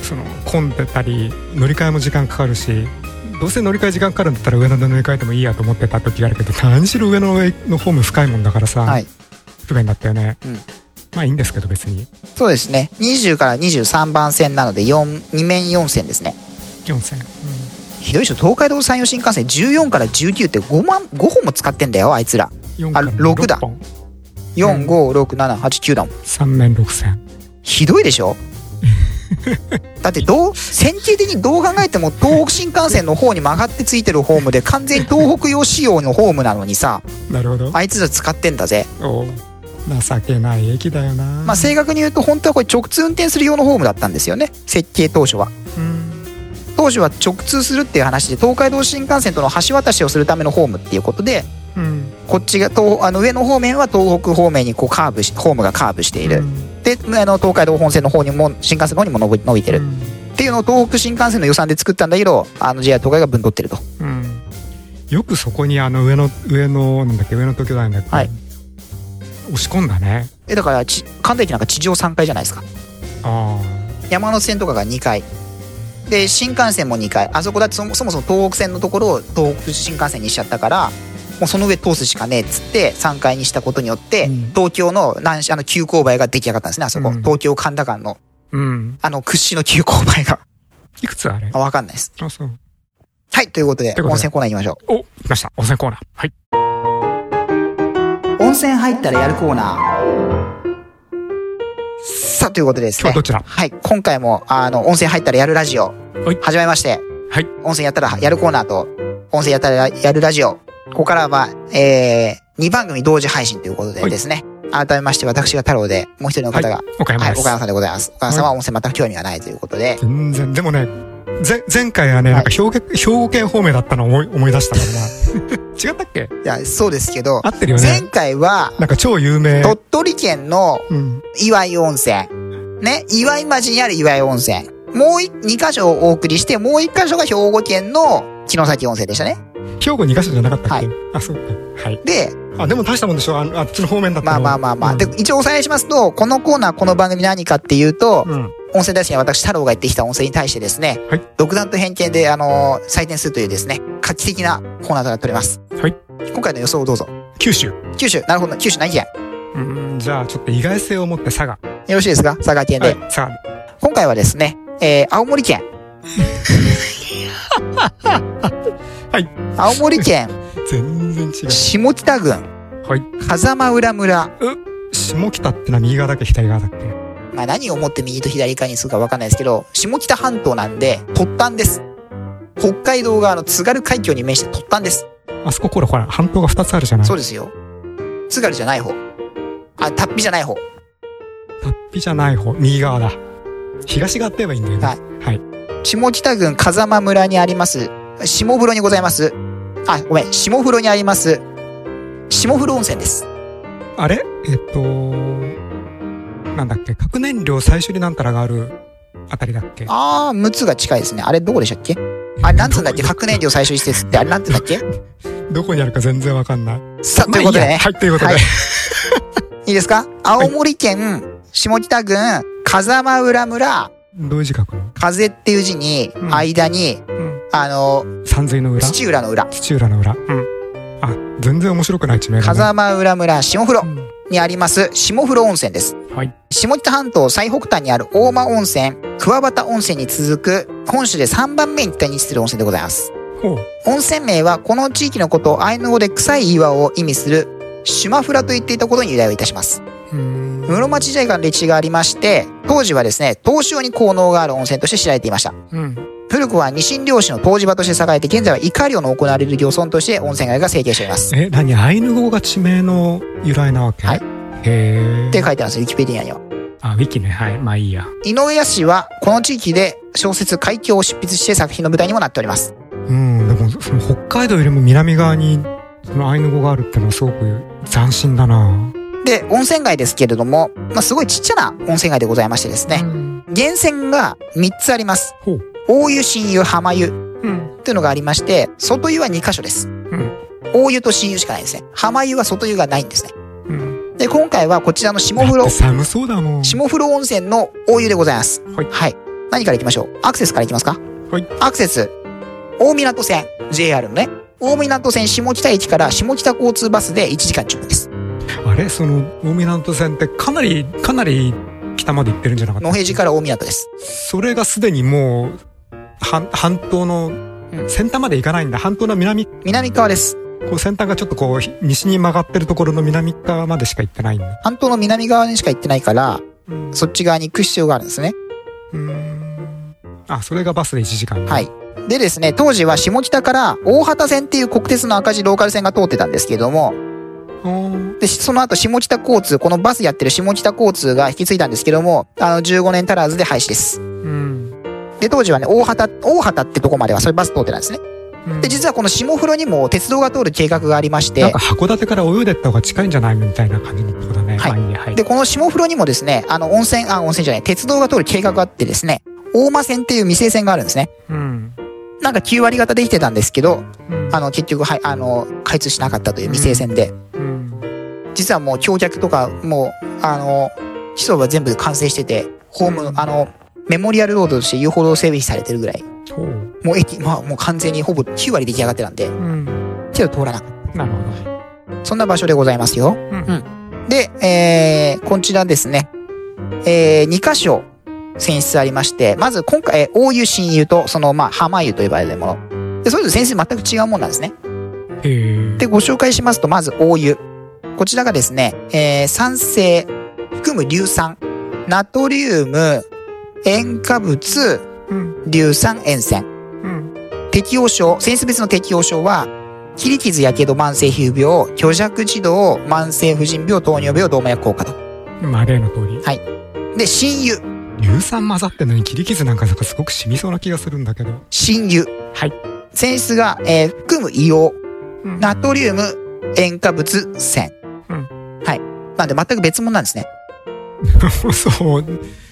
[SPEAKER 3] その混んでたり乗り換えも時間かかるしどうせ乗り換え時間かかるんだったら上野で乗り換えてもいいやと思ってた時があるけど何しろ上野のホーム深いもんだからさ、
[SPEAKER 4] んはい
[SPEAKER 3] 不便だったよね、
[SPEAKER 4] うん
[SPEAKER 3] まあいいんですけど別に
[SPEAKER 4] そうですね20から23番線なので2面4線ですね
[SPEAKER 3] 4000、
[SPEAKER 4] ひどいでしょ東海道山陽新幹線14から19って5万5本も使ってんだよあいつら
[SPEAKER 3] うん、4
[SPEAKER 4] あ六だ
[SPEAKER 3] 本
[SPEAKER 4] 4567889だもん
[SPEAKER 3] 3面6000
[SPEAKER 4] ひどいでしょだってどう線形的にどう考えても東北新幹線の方に曲がってついてるホームで完全に東北用仕様のホームなのにさ
[SPEAKER 3] なるほど
[SPEAKER 4] あいつら使ってんだぜ
[SPEAKER 3] おう情けない駅だよな
[SPEAKER 4] まあ正確に言うと本当はこれ直通運転する用のホームだったんですよね設計当初は
[SPEAKER 3] うん
[SPEAKER 4] 当初は直通するっていう話で東海道新幹線との橋渡しをするためのホームっていうことで
[SPEAKER 3] うん
[SPEAKER 4] こっちが東あの上の方面は東北方面にこうカーブしホームがカーブしている、
[SPEAKER 3] うん
[SPEAKER 4] であの東海道本線の方にも新幹線の方にも伸び伸びてる、っていうのを東北新幹線の予算で作ったんだけどあの JR 東海が分取ってると
[SPEAKER 3] うんよくそこにあの上の上のなんだっけ上の東京大学、
[SPEAKER 4] はい
[SPEAKER 3] 押し込んだね
[SPEAKER 4] えだからち関東駅なんか地上3階じゃないですか
[SPEAKER 3] あ
[SPEAKER 4] 山手線とかが2階で新幹線も2階あそこだってそもそもそも東北線のところを東北新幹線にしちゃったからもうその上通すしかねえっつって3階にしたことによって、
[SPEAKER 3] うん
[SPEAKER 4] 東京の南あの急勾配が出来上がったんですねあそこ、
[SPEAKER 3] うん
[SPEAKER 4] 東京神田間の
[SPEAKER 3] あうん
[SPEAKER 4] あの屈指の急勾配が *laughs*
[SPEAKER 3] いくつあれ
[SPEAKER 4] あわかんないです
[SPEAKER 3] あそう
[SPEAKER 4] はいということで
[SPEAKER 3] ということで
[SPEAKER 4] 温泉コーナー行きましょ
[SPEAKER 3] お、来ました。温泉コーナー。はい。
[SPEAKER 4] う温泉入ったらやるコーナーさあということでです
[SPEAKER 3] 今日は
[SPEAKER 4] ね
[SPEAKER 3] どちら
[SPEAKER 4] はい、今回も、あの、温泉入ったらやるラジオ
[SPEAKER 3] はい、
[SPEAKER 4] 始めまして、
[SPEAKER 3] はい
[SPEAKER 4] 温泉やったらやるコーナーと、温泉やったらやるラジオ、ここからは、えー、2番組同時配信ということで
[SPEAKER 3] はい
[SPEAKER 4] ですね、改めまして私が太郎で、もう一人の方が、はい、
[SPEAKER 3] 岡山です。
[SPEAKER 4] 岡山さんでございます。岡山さんは温泉全く興味がないということで、
[SPEAKER 3] 全然、でもね、ぜ前回はね、な
[SPEAKER 4] はい
[SPEAKER 3] んか兵庫兵庫県方面だったのを思い思い出したから
[SPEAKER 4] *laughs*
[SPEAKER 3] な。違ったっけ
[SPEAKER 4] いや、そうですけど
[SPEAKER 3] 合、ってるよ
[SPEAKER 4] 前
[SPEAKER 3] ね。
[SPEAKER 4] 回は、
[SPEAKER 3] なんか超有名。
[SPEAKER 4] 鳥取県の
[SPEAKER 3] うん。
[SPEAKER 4] 岩井温泉。ね、岩井町にある岩井温泉。もうい2箇所お送りして、もう1箇所が兵庫県の城崎温泉でしたね。
[SPEAKER 3] 兵庫2カ所じゃなかったっけ、
[SPEAKER 4] は
[SPEAKER 3] あ、そうか。はい。
[SPEAKER 4] で、
[SPEAKER 3] あ、でも大したもんでしょあのあっちの方面だった
[SPEAKER 4] まあ
[SPEAKER 3] の
[SPEAKER 4] まあまあまあ。
[SPEAKER 3] うん
[SPEAKER 4] で、一応おさらいしますと、このコーナー、この番組何かっていうと、
[SPEAKER 3] うん。
[SPEAKER 4] 温泉大好きな私、太郎が言ってきた温泉に対してですね、
[SPEAKER 3] はい
[SPEAKER 4] 独断と偏見で、あのー採点するというですね、画期的なコーナーとなっております。
[SPEAKER 3] はい
[SPEAKER 4] 今回の予想をどうぞ。
[SPEAKER 3] 九州。
[SPEAKER 4] 九州、なるほど、九州何県
[SPEAKER 3] うん、じゃあちょっと意外性を持って佐賀。
[SPEAKER 4] よろしいですか佐賀県
[SPEAKER 3] は
[SPEAKER 4] で。
[SPEAKER 3] い。佐賀。
[SPEAKER 4] 今回はですね、えー、青森県。
[SPEAKER 3] *laughs* *laughs* はい。
[SPEAKER 4] 青森県、
[SPEAKER 3] 全然違う。
[SPEAKER 4] 下北郡、
[SPEAKER 3] はい。
[SPEAKER 4] 風間浦村。
[SPEAKER 3] 下北ってのは右側だっけ左側だっけ
[SPEAKER 4] まあ何をもって右と左側にするかわかんないですけど、下北半島なんで、突端です。北海道側の津軽海峡に面して突端です。
[SPEAKER 3] あそこほらほら、半島が2つあるじゃない
[SPEAKER 4] そうですよ。津軽じゃない方。あ、タッピじゃない方。
[SPEAKER 3] 脱皮じゃない方右側だ東側って言えばいいんだよね
[SPEAKER 4] はい
[SPEAKER 3] はい、
[SPEAKER 4] 下北郡風間村にあります、下風呂にございます。あ、ごめん、下風呂にあります、下風呂温泉です。
[SPEAKER 3] あれえっとなんだっけ核燃料最初になんたらがあるあたりだっけ
[SPEAKER 4] あー、陸奥が近いですね。あれどこでしたっけあれなんつうんだっけ
[SPEAKER 3] どこ
[SPEAKER 4] 核燃料最終施設ってあれなんつうんだっけ
[SPEAKER 3] どこにあるか全然わかんない
[SPEAKER 4] さあ、ということで
[SPEAKER 3] まあ。いいや
[SPEAKER 4] ね
[SPEAKER 3] はいということで、
[SPEAKER 4] はいいいですか青森県、下北郡、風間浦村、
[SPEAKER 3] どういう字書くの、
[SPEAKER 4] 風っていう字に、
[SPEAKER 3] うん
[SPEAKER 4] 間に、
[SPEAKER 3] うん、
[SPEAKER 4] あの、
[SPEAKER 3] 山水の裏
[SPEAKER 4] 土浦の裏、
[SPEAKER 3] 土浦の裏うんあ全然面白くない地名だ、ね、
[SPEAKER 4] 風間浦村下風
[SPEAKER 3] う
[SPEAKER 4] 呂
[SPEAKER 3] ん
[SPEAKER 4] にあります、下風呂温泉です。
[SPEAKER 3] はい
[SPEAKER 4] 下北半島最北端にある大間温泉、桑畑温泉に続く、本州で3番目に北に位置する温泉でございます。
[SPEAKER 3] おう
[SPEAKER 4] 温泉名はこの地域のことアイヌ語で臭い岩を意味するシュマフラと言っていたことに由来をいたします。
[SPEAKER 3] うーん
[SPEAKER 4] 室町時代から歴史がありまして、当時はですね、東潮に効能がある温泉として知られていました。
[SPEAKER 3] うん
[SPEAKER 4] 古くはニシン漁師の湯治場として栄えて、現在はイカ漁の行われる漁村として温泉街が成形しています。
[SPEAKER 3] え何アイヌ語が地名の由来なわけ、
[SPEAKER 4] はい
[SPEAKER 3] へ
[SPEAKER 4] って
[SPEAKER 3] え
[SPEAKER 4] 書いてあるんですよ、ウィキペディアには。
[SPEAKER 3] あウィキねはいまあいいや
[SPEAKER 4] 井上康は、この地域で小説海峡を執筆して作品の舞台にもなっております。
[SPEAKER 3] うんでもその北海道よりも南側にそのアイヌ語があるってのはすごく斬新だな
[SPEAKER 4] で、温泉街ですけれども、まあ、すごいちっちゃな温泉街でございましてですね、
[SPEAKER 3] うん
[SPEAKER 4] 源泉が3つあります。
[SPEAKER 3] ほう
[SPEAKER 4] 大湯、新湯、浜湯
[SPEAKER 3] うん
[SPEAKER 4] というのがありまして、外湯は2箇所です。
[SPEAKER 3] うん
[SPEAKER 4] 大湯と新湯しかないですね。浜湯は外湯がないんですね。
[SPEAKER 3] うん
[SPEAKER 4] で、今回はこちらの下
[SPEAKER 3] だ
[SPEAKER 4] 風
[SPEAKER 3] っ
[SPEAKER 4] 呂
[SPEAKER 3] て、寒そうだもん
[SPEAKER 4] 下風呂温泉の大湯でございます。
[SPEAKER 3] はい
[SPEAKER 4] 何から行きましょうアクセスから行きますか
[SPEAKER 3] はい
[SPEAKER 4] アクセス、大港線、JR のね、大港線下北駅から下北交通バスで1時間10分です。
[SPEAKER 3] あれその大湊線ってかなりかなり北まで行ってるんじゃなかった
[SPEAKER 4] 野平寺から大港です。
[SPEAKER 3] それがすでにもう半半島の
[SPEAKER 4] うん
[SPEAKER 3] 先端まで行かないんだ半島の南
[SPEAKER 4] 南側です。
[SPEAKER 3] こう先端がちょっとこうひ西に曲がってるところの南側までしか行ってないんだ
[SPEAKER 4] 半島の南側にしか行ってないから、
[SPEAKER 3] うん
[SPEAKER 4] そっち側に行く必要があるんですね。
[SPEAKER 3] うーんあそれがバスで1時間
[SPEAKER 4] はい。でですね、当時は下北から大畑線っていう国鉄の赤字ローカル線が通ってたんですけれども、
[SPEAKER 3] おー
[SPEAKER 4] で、その後下北交通、このバスやってる下北交通が引き継いだんですけども、あの、15年足らずで廃止です。
[SPEAKER 3] うん
[SPEAKER 4] で、当時はね、大畑、大畑ってとこまではそれバス通ってたんですね。
[SPEAKER 3] うん
[SPEAKER 4] で、実はこの下風呂にも鉄道が通る計画がありまし
[SPEAKER 3] なん
[SPEAKER 4] て
[SPEAKER 3] か、函館から泳いでった方が近いんじゃないみたいな感じのとこだね。
[SPEAKER 4] はい
[SPEAKER 3] まあいいやはい
[SPEAKER 4] で、この下風呂にもですね、あの、温泉、あ、温泉じゃない、鉄道が通る計画があってですね、大間線っていう未成線があるんですね。
[SPEAKER 3] うん。
[SPEAKER 4] なんか9割方できてたんですけど、
[SPEAKER 3] うん
[SPEAKER 4] あの、結局、はい、あの、開通しなかったという未成線で、
[SPEAKER 3] うん
[SPEAKER 4] 実はもう橋脚とか、もう、あの、基礎は全部完成してて、ホーム、あの、メモリアルロードとして遊歩道整備されてるぐらい、
[SPEAKER 3] ほう。
[SPEAKER 4] もう駅、まあもう完全にほぼ9割出来上がってたんで、
[SPEAKER 3] うん。
[SPEAKER 4] 手を通らなかっ
[SPEAKER 3] なるほど。
[SPEAKER 4] た。そんな場所でございますよ。
[SPEAKER 3] うん
[SPEAKER 4] うんで、えー、こちらですね、えー、2箇所選出ありまして、まず今回、えー大湯、新湯と、その、まあ、浜湯と呼ばれるもの。で、それぞれ選出全く違うもんなんですね。
[SPEAKER 3] へえ。
[SPEAKER 4] で、ご紹介しますと、まず大湯。こちらがですね、えー酸性、含む硫酸、ナトリウム、塩化物、
[SPEAKER 3] うん。
[SPEAKER 4] 硫酸塩泉。
[SPEAKER 3] うん。
[SPEAKER 4] 適応症、センス別の適応症は、切り傷、やけど、慢性皮膚病、虚弱児童、慢性婦人病、糖尿病、動脈硬化と。
[SPEAKER 3] まあ、例の通り。
[SPEAKER 4] で、新湯、
[SPEAKER 3] 硫酸混ざってんのに切り傷なんかなんかすごく染みそうな気がするんだけど。
[SPEAKER 4] 新湯。
[SPEAKER 3] はい。
[SPEAKER 4] 性質が、えー含む硫
[SPEAKER 3] うん
[SPEAKER 4] 黄、ナトリウム、塩化物、泉。
[SPEAKER 3] う
[SPEAKER 4] はい。なんで、全く別物なんですね。
[SPEAKER 3] そう。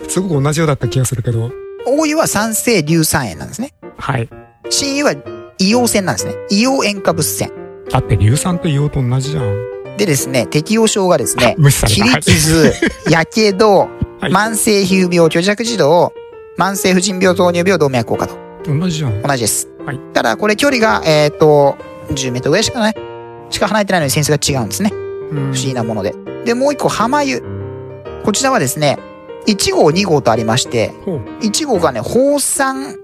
[SPEAKER 3] すごく同じようだった気がするけど。
[SPEAKER 4] 大湯は酸性硫酸塩なんですね。
[SPEAKER 3] はい。
[SPEAKER 4] 新湯は硫黄泉なんですね。硫黄塩化物泉。
[SPEAKER 3] だって硫酸と硫黄と同じじゃん。、
[SPEAKER 4] でですね、適応症がですね
[SPEAKER 3] 無視され
[SPEAKER 4] 切
[SPEAKER 3] た。は
[SPEAKER 4] り
[SPEAKER 3] い
[SPEAKER 4] 傷、やけど、
[SPEAKER 3] *laughs* はい
[SPEAKER 4] 慢性皮膚病、虚弱児童、慢性婦人病、糖尿病、動脈硬化と。
[SPEAKER 3] 同じじゃん。
[SPEAKER 4] 同じです。
[SPEAKER 3] はい
[SPEAKER 4] ただ、これ距離が、えっ、と、10メートルぐらいしかない。しか離れてないのにセンスが違うんですね。
[SPEAKER 3] うん
[SPEAKER 4] 不思議なもので。で、もう一個、浜湯。こちらはですね、1号、2号とありまして、
[SPEAKER 3] ほう。
[SPEAKER 4] 1号がね、放酸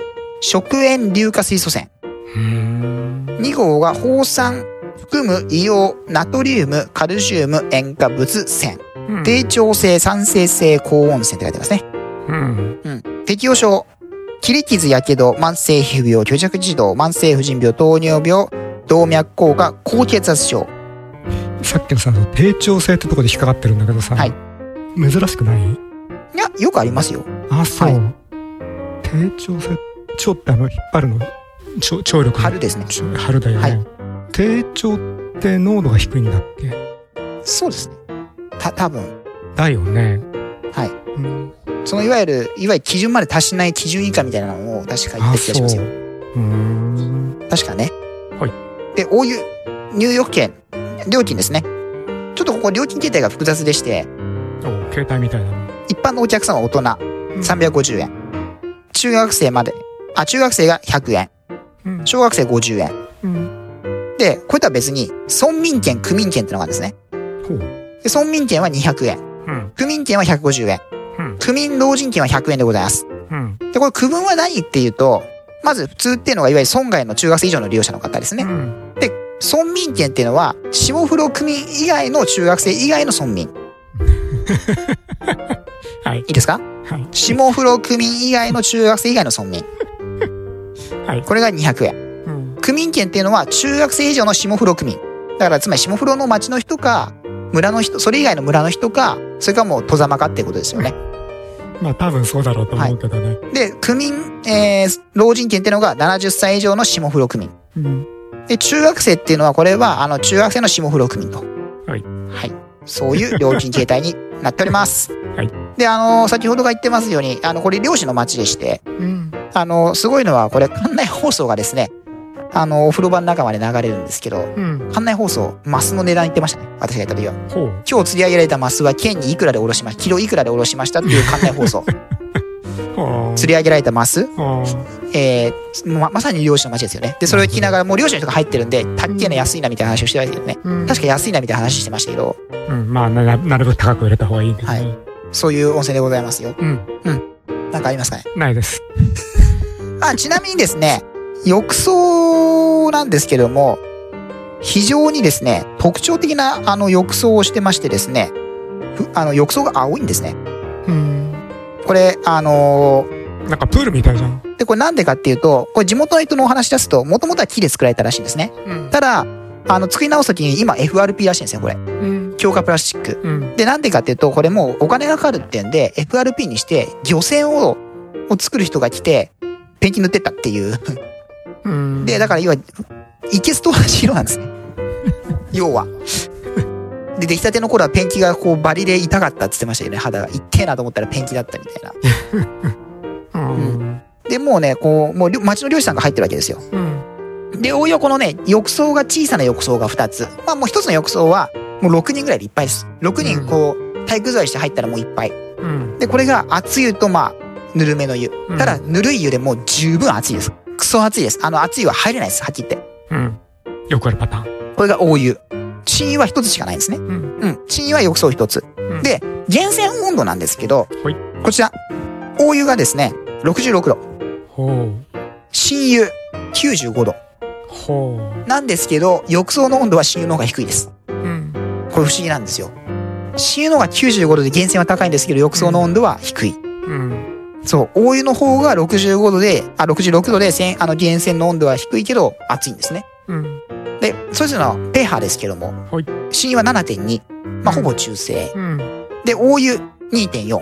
[SPEAKER 4] 食塩硫化水素泉。
[SPEAKER 3] うーん。
[SPEAKER 4] 2号が放酸含む硫黄、ナトリウム、カルシウム、塩化物泉。
[SPEAKER 3] うん
[SPEAKER 4] 低調性、酸性性、高温泉って書いてますね。
[SPEAKER 3] うん。
[SPEAKER 4] うん。適応症。切り傷、やけど、慢性皮膚病、虚弱児童、慢性婦人病、糖尿病、動脈硬化、高血圧症。
[SPEAKER 3] さっきのさ、低調性ってとこで引っかかってるんだけどさ。
[SPEAKER 4] はい
[SPEAKER 3] 珍しくない
[SPEAKER 4] いや、よくありますよ。
[SPEAKER 3] あ、そう。
[SPEAKER 4] は
[SPEAKER 3] 低調性。腸ってあの、引っ張るの。腸腸力の。
[SPEAKER 4] 春ですね。
[SPEAKER 3] ちょ春だよね、
[SPEAKER 4] はい
[SPEAKER 3] 低調って濃度が低いんだっけ
[SPEAKER 4] そうですね。た、多分。
[SPEAKER 3] だよね
[SPEAKER 4] はい。
[SPEAKER 3] うん
[SPEAKER 4] そのいわゆる、いわゆる基準まで達しない基準以下みたいなのを確か言っ
[SPEAKER 3] あ
[SPEAKER 4] てた気がし
[SPEAKER 3] そうう
[SPEAKER 4] ますよ。
[SPEAKER 3] ーん
[SPEAKER 4] 確かね。。
[SPEAKER 3] はい
[SPEAKER 4] で、大湯、入浴券、料金ですね。ちょっとここ料金形態が複雑でして、
[SPEAKER 3] お携帯みたいなの
[SPEAKER 4] 一般のお客様は大人
[SPEAKER 3] ん
[SPEAKER 4] 350円。中学生まで、あ、中学生が100円。
[SPEAKER 3] うん
[SPEAKER 4] 小学生50円。
[SPEAKER 3] うん
[SPEAKER 4] で、これとは別に、村民券、区民券ってのがあるんですね。
[SPEAKER 3] ほう
[SPEAKER 4] で、村民券は200円。
[SPEAKER 3] うん
[SPEAKER 4] 区民券は150円
[SPEAKER 3] うん。
[SPEAKER 4] 区民老人券は100円でございます。
[SPEAKER 3] うん
[SPEAKER 4] で、これ区分は何っていうと、まず普通っていうのがいわゆる村外の中学生以上の利用者の方ですね。
[SPEAKER 3] うん
[SPEAKER 4] 村民権っていうのは、下風呂区民以外の中学生以外の村民。
[SPEAKER 3] はい
[SPEAKER 4] いいですか
[SPEAKER 3] はい
[SPEAKER 4] 下風呂区民以外の中学生以外の村民。
[SPEAKER 3] はい
[SPEAKER 4] これが200円。
[SPEAKER 3] うん
[SPEAKER 4] 区民権っていうのは中学生以上の下風呂区民。だからつまり下風呂の町の人か、村の人、それ以外の村の人か、それかもう戸様かっていうことですよね。
[SPEAKER 3] まあ多分そうだろうと思うけどね、
[SPEAKER 4] で、区民、えー、老人権っていうのが70歳以上の下風呂区民。
[SPEAKER 3] うん
[SPEAKER 4] で、中学生っていうのはこれは、あの、中学生の下風呂区民と。
[SPEAKER 3] はい。
[SPEAKER 4] はい。そういう料金形態になっております。
[SPEAKER 3] *laughs* はい。
[SPEAKER 4] で、あの、先ほどが言ってますように、あの、これ漁師の町でして、
[SPEAKER 3] うん
[SPEAKER 4] あの、すごいのは、これ、館内放送がですね、あの、お風呂場の中まで流れるんですけど、
[SPEAKER 3] うん
[SPEAKER 4] 館内放送、マスの値段言ってましたね。私が言った時は。
[SPEAKER 3] ほう
[SPEAKER 4] 今日釣り上げられたマスは、県にいくらでおろしました、キロいくらでおろしましたっていう館内
[SPEAKER 3] *laughs*
[SPEAKER 4] 放送。
[SPEAKER 3] あ
[SPEAKER 4] 釣り上げられたマス、
[SPEAKER 3] ああ
[SPEAKER 4] えーま、まさに漁師の町ですよね。で、それを聞きながら、もう漁師の人が入ってるんで、たっけえな安いなみたいな話をしてましたけどね。
[SPEAKER 3] うん
[SPEAKER 4] 確か安いなみたいな話してましたけど、
[SPEAKER 3] うんまあななるべく高く売れた方がいいけどね、
[SPEAKER 4] はいそういう温泉でございますよ。
[SPEAKER 3] うん
[SPEAKER 4] なんかありますかね。
[SPEAKER 3] ないです
[SPEAKER 4] あ、ちなみにですね、浴槽なんですけども、非常にですね、特徴的なあの浴槽をしてましてですね、ふあの浴槽が青いんですね。
[SPEAKER 3] うん
[SPEAKER 4] これ、あの
[SPEAKER 3] なんかプールみたいじゃん
[SPEAKER 4] ーで、これなんでかっていうと、これ地元の人のお話し出すと、もともとは木で作られたらしいんですね。
[SPEAKER 3] うん
[SPEAKER 4] ただ、あの、作り直すときに今 FRP らしいんですよ、これ。
[SPEAKER 3] うん
[SPEAKER 4] 強化プラスチック。
[SPEAKER 3] うん
[SPEAKER 4] で、なんでかっていうと、これもうお金がかかるってんで、FRP にして、漁船を、を作る人が来て、ペンキ塗ってったっていう。
[SPEAKER 3] うん
[SPEAKER 4] で、だから要は、いけすと同じ色なんです
[SPEAKER 3] *laughs*
[SPEAKER 4] ね。要は。で、出来たての頃はペンキがこうバリで痛かったって言ってましたけどね、肌が。痛えなと思ったらペンキだったみたいな。
[SPEAKER 3] らうん
[SPEAKER 4] で、もうね、こう、もうりょ町の漁師さんが入ってるわけですよ。
[SPEAKER 3] うん
[SPEAKER 4] で、おおよこのね、浴槽が小さな浴槽が2つ。まあもう1つの浴槽は、もう6人ぐらいでいっぱいです。6人こう、体育座りして入ったらもういっぱい。
[SPEAKER 3] うん
[SPEAKER 4] で、これが熱湯と、まあ、ぬるめの湯。
[SPEAKER 3] うん
[SPEAKER 4] ただ、ぬるい湯でもう十分熱いです。クソ熱いです。あの、熱いは入れないです、はっきり言って。
[SPEAKER 3] うんよくあるパターン
[SPEAKER 4] これが大湯。新湯は一つしかないんですね。
[SPEAKER 3] うん
[SPEAKER 4] うん。新湯は浴槽一つ。
[SPEAKER 3] うん
[SPEAKER 4] で、源泉温度なんですけど
[SPEAKER 3] はい、
[SPEAKER 4] こちら、大湯がですね、66度。
[SPEAKER 3] ほう
[SPEAKER 4] 新湯、95度。
[SPEAKER 3] ほ
[SPEAKER 4] なんですけど、浴槽の温度は新湯の方が低いです。
[SPEAKER 3] ううん
[SPEAKER 4] これ不思議なんですよ。新湯の方が95度で源泉は高いんですけど、浴槽の温度は低い。
[SPEAKER 3] うん
[SPEAKER 4] そう、大湯の方が65度で、あ、66度で、せんあの、源泉の温度は低いけど、熱いんですね。
[SPEAKER 3] うん
[SPEAKER 4] で、それぞれのペーハーですけども、
[SPEAKER 3] はい
[SPEAKER 4] 新湯は7.2。まあ、ほぼ中性。
[SPEAKER 3] うん
[SPEAKER 4] で、大湯2.4。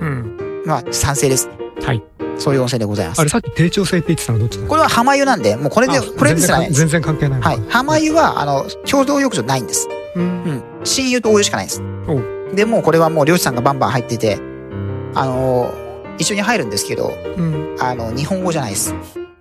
[SPEAKER 3] うん
[SPEAKER 4] まあ、酸性ですね。
[SPEAKER 3] はい
[SPEAKER 4] そういう温泉でございま
[SPEAKER 3] あ
[SPEAKER 4] す
[SPEAKER 3] れ。さっき低調性って言ってたのどっちだ
[SPEAKER 4] これは浜湯なんで、もうこれで、
[SPEAKER 3] あ
[SPEAKER 4] これですらない
[SPEAKER 3] 全然
[SPEAKER 4] で
[SPEAKER 3] 全然
[SPEAKER 4] す。
[SPEAKER 3] 関係ないのか
[SPEAKER 4] はい。浜湯は、あの、共同浴場ないんです。
[SPEAKER 3] うん
[SPEAKER 4] うん。新湯と大湯しかないんです。で、もうこれはもう漁師さんがバンバン入ってて、あのー一緒に入るんですけど、
[SPEAKER 3] うん
[SPEAKER 4] あの、日本語じゃないです。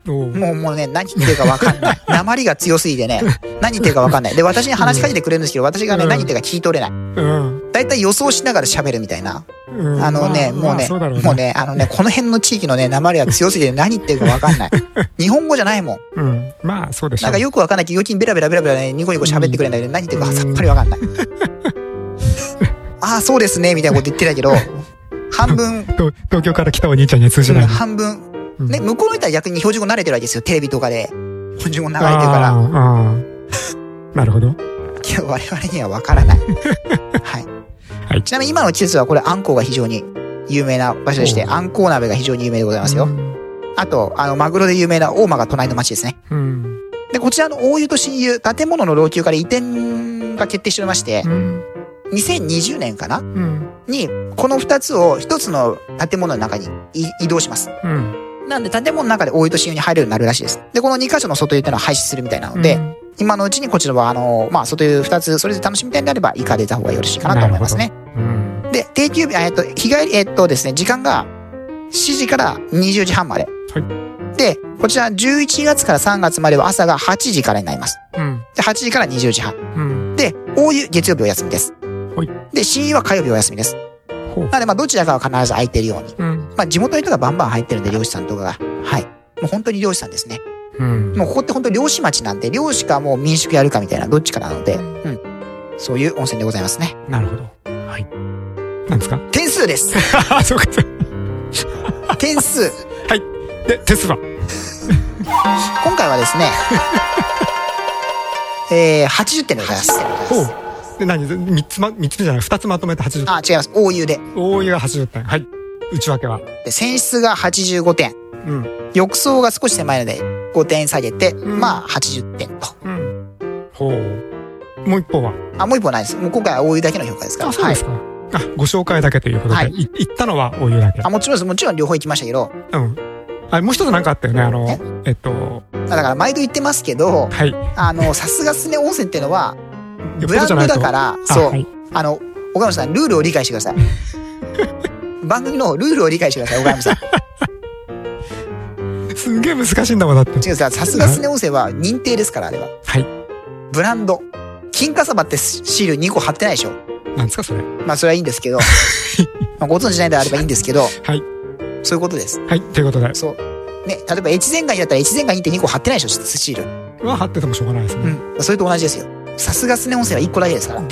[SPEAKER 3] おう
[SPEAKER 4] もうもうね、何言ってるか分か
[SPEAKER 3] *laughs*
[SPEAKER 4] んない。鉛が強すぎてね、何言ってるか分かんない。で、私に話しかけてくれるんですけど、私がね、
[SPEAKER 3] うん
[SPEAKER 4] 何言ってるか聞き取れない。
[SPEAKER 3] うん
[SPEAKER 4] だいたい予想しながら喋るみたいな。
[SPEAKER 3] うん
[SPEAKER 4] あのね、
[SPEAKER 3] まあま
[SPEAKER 4] もう
[SPEAKER 3] あ
[SPEAKER 4] ね、
[SPEAKER 3] そうだろう
[SPEAKER 4] もうね、あのね、この辺の地域のね、鉛が強すぎて何言ってるか分かん
[SPEAKER 3] *laughs*
[SPEAKER 4] ない。日本語じゃないもん。
[SPEAKER 3] うんまあそうでしょ
[SPEAKER 4] な
[SPEAKER 3] うん
[SPEAKER 4] かよく分かんないけど、余にベラベラベラベラね、ニコニコ喋ってくれるんだけど、何言ってるかさっぱり分かん
[SPEAKER 3] *laughs*
[SPEAKER 4] ない。ああ、そうですね、みたいなこと言って
[SPEAKER 3] *laughs*
[SPEAKER 4] たけど、半分、
[SPEAKER 3] と東京から来たお兄ちゃんには通じないの
[SPEAKER 4] 半分、
[SPEAKER 3] うん
[SPEAKER 4] ね、向こうの人は逆に標準語慣れてるわけですよ。テレビとかで。標準語流れてるから。
[SPEAKER 3] あーあーなるほど。
[SPEAKER 4] いや、我々にはわか
[SPEAKER 3] *laughs*
[SPEAKER 4] らない。はい。
[SPEAKER 3] はい
[SPEAKER 4] ちなみに今の季節はこれ、あんこうが非常に有名な場所でして、
[SPEAKER 3] おう
[SPEAKER 4] あんこう鍋が非常に有名でございます
[SPEAKER 3] う
[SPEAKER 4] よ。
[SPEAKER 3] ん
[SPEAKER 4] あと、あの、マグロで有名な大間が隣の町ですね。
[SPEAKER 3] うん。
[SPEAKER 4] で、こちらの大湯と新湯、建物の老朽化で移転が決定しておりまして
[SPEAKER 3] う、ん。
[SPEAKER 4] 2020年かな
[SPEAKER 3] うん。
[SPEAKER 4] に、この2つを1つの建物の中にい移動します。
[SPEAKER 3] うん。
[SPEAKER 4] なんで、建物の中で大湯と新湯に入れるようになるらしいです。で、この2箇所の外湯っていうのは廃止するみたいなので、
[SPEAKER 3] うん、
[SPEAKER 4] 今のうちにこちらは、あの、まあ、外湯2つ、それで楽しみたいんであれば、行かれた方がよろしいかなと思いますね。
[SPEAKER 3] うん。
[SPEAKER 4] で、定休日、あえっと、日帰り、えっとですね、時間が7時から20時半まで。で、こちら11月から3月までは朝が8時からになります。
[SPEAKER 3] うん。
[SPEAKER 4] で、8時から20時半。
[SPEAKER 3] うん。
[SPEAKER 4] で、大湯、月曜日お休みです。
[SPEAKER 3] はい
[SPEAKER 4] で、新湯は火曜日お休みです。
[SPEAKER 3] ほう。
[SPEAKER 4] なので、まあ、どちらかは必ず空いてるように。
[SPEAKER 3] うん。
[SPEAKER 4] まあ、地元の人がバンバン入ってるんで、漁師さんとかが。はい。もう本当に漁師さんですね。
[SPEAKER 3] うん。
[SPEAKER 4] もうここって本当漁師町なんで、漁師かもう民宿やるかみたいな、どっちかなので、うん。そういう温泉でございますね。
[SPEAKER 3] なるほど。はい。なんですか
[SPEAKER 4] 点数です。
[SPEAKER 3] *laughs* ああ、そうか。そう
[SPEAKER 4] 点数。
[SPEAKER 3] で、テスラ。
[SPEAKER 4] 今回はで
[SPEAKER 3] *laughs*
[SPEAKER 4] すね、えー、80点でございます。
[SPEAKER 3] ほう。で、何三つま、三つ目じゃない二つまとめて80。
[SPEAKER 4] あ、違います。OU で。
[SPEAKER 3] 大湯が80点。はい。内訳は。
[SPEAKER 4] で選出が85点。
[SPEAKER 3] うん。
[SPEAKER 4] 浴槽が少し狭いので5点下げて、
[SPEAKER 3] ん
[SPEAKER 4] まあ80点と。
[SPEAKER 3] うん。ほう。もう一方は。
[SPEAKER 4] あ、もう一本ないです。もう今回は大湯だけの評価ですから。
[SPEAKER 3] あ、そうです
[SPEAKER 4] はい。
[SPEAKER 3] か。あ、ご紹介だけということで。
[SPEAKER 4] はい
[SPEAKER 3] い行ったのはお湯だけ
[SPEAKER 4] あ、。もちろんです。もちろん両方行きましたけど、
[SPEAKER 3] うん。あ、もう一つなんかあったよね。あの
[SPEAKER 4] え、
[SPEAKER 3] えっと、
[SPEAKER 4] あだから毎度言ってますけど、
[SPEAKER 3] はい。
[SPEAKER 4] あの、さすがすね温泉っていうのは、
[SPEAKER 3] よっぽ
[SPEAKER 4] ブ
[SPEAKER 3] ど
[SPEAKER 4] ラン
[SPEAKER 3] じ
[SPEAKER 4] ド
[SPEAKER 3] ゃない
[SPEAKER 4] だ
[SPEAKER 3] と
[SPEAKER 4] から、
[SPEAKER 3] あ
[SPEAKER 4] そう、
[SPEAKER 3] はい
[SPEAKER 4] あの、岡野さん、ルールを理解してください。番組のルールを理解してください、岡野さん。違
[SPEAKER 3] すんげえ難しいんだもんだって。
[SPEAKER 4] うんですさすがすね温泉は認定ですから、あれは。
[SPEAKER 3] はい。
[SPEAKER 4] ブランド。金華サバってシール2個貼ってないでしょ。
[SPEAKER 3] なんですか、それ。
[SPEAKER 4] まあ、それはいいんですけ
[SPEAKER 3] *laughs*
[SPEAKER 4] ど、まあご存知ないであればいいんですけど、
[SPEAKER 3] はい。
[SPEAKER 4] そういうことです。
[SPEAKER 3] はい。ということで。
[SPEAKER 4] そう。ね、例えば越前ガニだったら越前ガニって2個貼ってないでしょ、シール。
[SPEAKER 3] は貼っててもしょうがないですね。
[SPEAKER 4] うん。それと同じですよ。さすがすね温泉は1個だけですから。ね、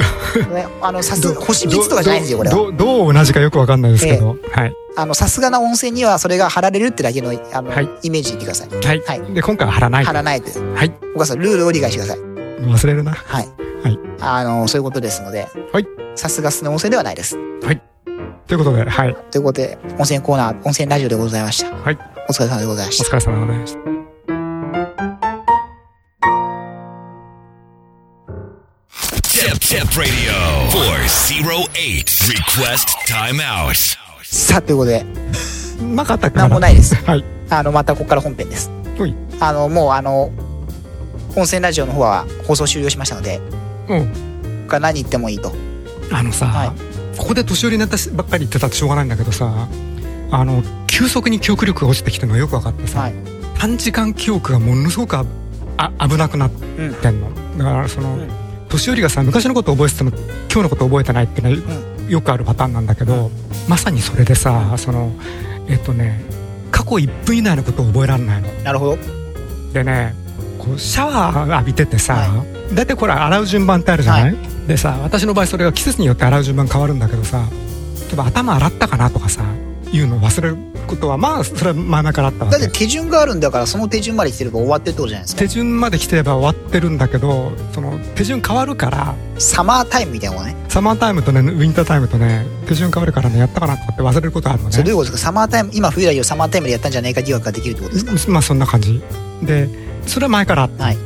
[SPEAKER 4] あの、さす、
[SPEAKER 3] ど
[SPEAKER 4] 星3つとかじゃないんですよ、これは。
[SPEAKER 3] どどどう同じかよくわかんないですけど。はい。
[SPEAKER 4] あの、さすがな温泉にはそれが貼られるってだけの、あの、
[SPEAKER 3] はい
[SPEAKER 4] イメージで言ってください。
[SPEAKER 3] はい。
[SPEAKER 4] はい
[SPEAKER 3] で、今回は貼らない。
[SPEAKER 4] 貼
[SPEAKER 3] は
[SPEAKER 4] らないで。
[SPEAKER 3] い。
[SPEAKER 4] お母さん、ルールを理解してください。
[SPEAKER 3] 忘れるな。
[SPEAKER 4] はい。
[SPEAKER 3] はい
[SPEAKER 4] あの、そういうことですので、
[SPEAKER 3] はい。
[SPEAKER 4] さすがすね温泉ではないです。
[SPEAKER 3] ということで、はい。
[SPEAKER 4] ということで、温泉コーナー、温泉ラジオでございました。
[SPEAKER 3] はい。
[SPEAKER 4] お疲れ様でございま
[SPEAKER 3] お
[SPEAKER 4] した。
[SPEAKER 3] 疲れ様でございました。
[SPEAKER 1] Tip Tip Radio 408. Request timeout.
[SPEAKER 4] さあ、ということで、
[SPEAKER 3] なかったか
[SPEAKER 4] なんもないです。
[SPEAKER 3] はい。
[SPEAKER 4] あの、またここから本編です。
[SPEAKER 3] おい。
[SPEAKER 4] あの、もう、あの、温泉ラジオの方は放送終了しましたので、
[SPEAKER 3] うん。
[SPEAKER 4] 僕は何言ってもいいと。
[SPEAKER 3] あのさ、
[SPEAKER 4] はい
[SPEAKER 3] ここで年寄りになったしばっかり言ってたってしょうがないんだけどさ、あの、急速に記憶力が落ちてきてるのがよく分かってさ、
[SPEAKER 4] はい
[SPEAKER 3] 短時間記憶がものすごくああ危なくなってんの。だから、その、
[SPEAKER 4] うん
[SPEAKER 3] 年寄りがさ、昔のこと覚えてても、今日のこと覚えてないってね、よくあるパターンなんだけど、まさにそれでさ、その、えっとね、過去1分以内のことを覚えられないの。
[SPEAKER 4] なるほど。
[SPEAKER 3] でねこうシャワー浴びててさ、
[SPEAKER 4] は
[SPEAKER 3] だってこれ洗う順番ってあるじゃない、でさ私の場合それが季節によって洗う順番変わるんだけどさ例えば頭洗ったかなとかさいうのを忘れることはまあそれは前々からあったわ
[SPEAKER 4] だ
[SPEAKER 3] け
[SPEAKER 4] って手順があるんだから、その手順まで来てれば終わってってことじゃないですか。
[SPEAKER 3] 手順まで来てれば終わってるんだけどその手順変わるから
[SPEAKER 4] サマータイムみたいなことね。
[SPEAKER 3] サマータイムとねウィンタータイムとね手順変わるからねやったかなとかって忘れることあるのね
[SPEAKER 4] それどういうことですかサマータイム、今冬だけどサマータイムでやったんじゃないか疑惑ができるってことですか
[SPEAKER 3] まあそんな感じでそれは前からあった、
[SPEAKER 4] はい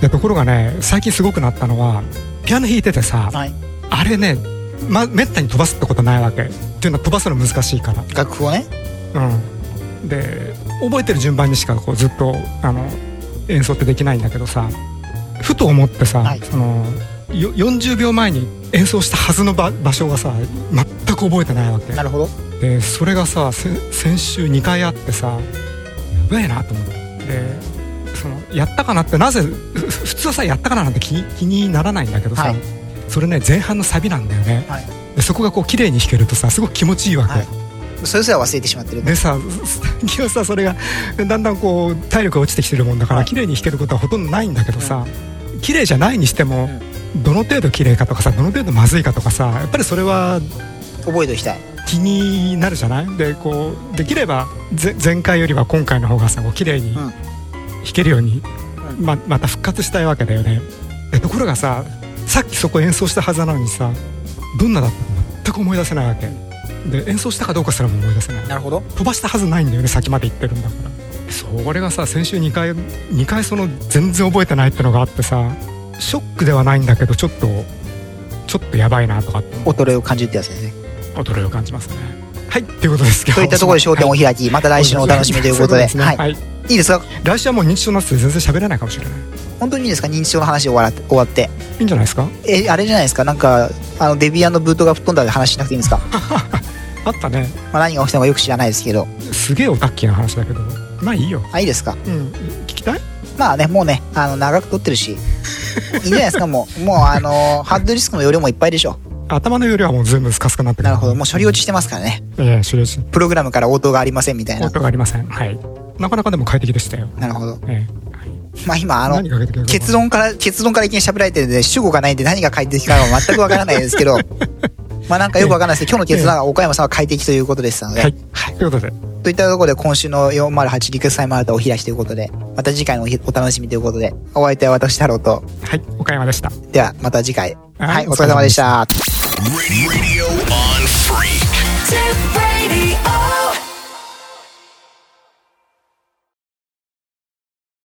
[SPEAKER 3] でところがね最近すごくなったのはピアノ弾いててさ、
[SPEAKER 4] はい。
[SPEAKER 3] あれね、ま、めったに飛ばすってことないわけっていうのは飛ばすの難しいから
[SPEAKER 4] 楽譜をね。
[SPEAKER 3] うんで覚えてる順番にしかこうずっとあの演奏ってできないんだけどさふと思ってさ、
[SPEAKER 4] はい
[SPEAKER 3] そのよ40秒前に演奏したはずの場場所がさ全く覚えてないわけ
[SPEAKER 4] なるほど。
[SPEAKER 3] でそれがさせ先週2回あってさやばいなと思ってでそのやったかなってなぜふ普通はさやったかななんて気に気にならないんだけどさ、
[SPEAKER 4] はい
[SPEAKER 3] それね前半のサビなんだよね、
[SPEAKER 4] はい
[SPEAKER 3] でそこがこう綺麗に弾けるとさすごく気持ちいいわけ、
[SPEAKER 4] はいそれすら忘れてしまってる。
[SPEAKER 3] でさ最近はさそれがだんだんこう体力が落ちてきてるもんだから、綺麗に弾けることはほとんどないんだけどさ、綺麗じゃないにしても、どの程度綺麗かとかさどの程度まずいかとかさやっぱりそれは
[SPEAKER 4] 覚えておきたい。
[SPEAKER 3] 気になるじゃないでこうできればぜ前回よりは今回の方がさこう綺麗に
[SPEAKER 4] ん
[SPEAKER 3] 弾けるように、
[SPEAKER 4] う
[SPEAKER 3] ままた復活したいわけだよねでところがささっきそこ演奏したはずなのにさどんなだったか全く思い出せないわけで演奏したかどうかすらも思い出せない
[SPEAKER 4] なるほど。
[SPEAKER 3] 飛ばしたはずないんだよね先まで行ってるんだからそれがさ先週2回2回その全然覚えてないってのがあってさショックではないんだけどちょっとちょっとやばいなとかって
[SPEAKER 4] 衰えを感じるってやつですね。
[SPEAKER 3] 驚いを感じますねはいっていうことですけど
[SPEAKER 4] といったところで焦点をお開き、また来週のお楽しみということで。
[SPEAKER 3] そうすね
[SPEAKER 4] はい。
[SPEAKER 3] はい、
[SPEAKER 4] いいですか
[SPEAKER 3] 来週はもう認知症になってて全然喋れないかもしれない
[SPEAKER 4] 本当にいいですか認知症の話終わら終わって。
[SPEAKER 3] いいんじゃないですか
[SPEAKER 4] え、あれじゃないですかなんか、あの、デビアンのブートが吹っ飛んだで話しなくていいんです *laughs* かま
[SPEAKER 3] あったね
[SPEAKER 4] あ何が起きたのかよく知らないですけど。
[SPEAKER 3] すげえオタッキーな話だけどまあいいよ
[SPEAKER 4] あ、いいですか
[SPEAKER 3] うん聞きたい
[SPEAKER 4] まあね、もうね、あの、長く撮ってるし。いいんじゃないですかもう、もう、あの、ハードディスクの容量もいっぱいでしょ。
[SPEAKER 3] 頭のよりはもう全部スカスカになって
[SPEAKER 4] なるほど。もう処理落
[SPEAKER 3] ち
[SPEAKER 4] ちしてますからね。
[SPEAKER 3] ええ処理落ち
[SPEAKER 4] プログラムから応答がありませんみたいな。
[SPEAKER 3] 音がありませんはいなかなかでも快適でしたよ
[SPEAKER 4] なるほど。
[SPEAKER 3] ええ
[SPEAKER 4] まあ今、あの
[SPEAKER 3] 何、かけてくれる *laughs*
[SPEAKER 4] 結論から、結論から一見喋られてるんで、主語がないんで何が快適かは全くわからないですけど、まあなんかよくわかんないですけど、今日の決断は岡山さんは快適ということでしたので、
[SPEAKER 3] はいということで、
[SPEAKER 4] といったところで今週の408リクエストタイムアウトはお開きということで、また次回のおお楽しみということで、お相手は私太郎と、
[SPEAKER 3] はい、岡山でした。
[SPEAKER 4] ではまた次回。
[SPEAKER 3] はい
[SPEAKER 4] はい、お疲れ様でした。
[SPEAKER 1] Radio on Freak.
[SPEAKER 2] Tip Radio.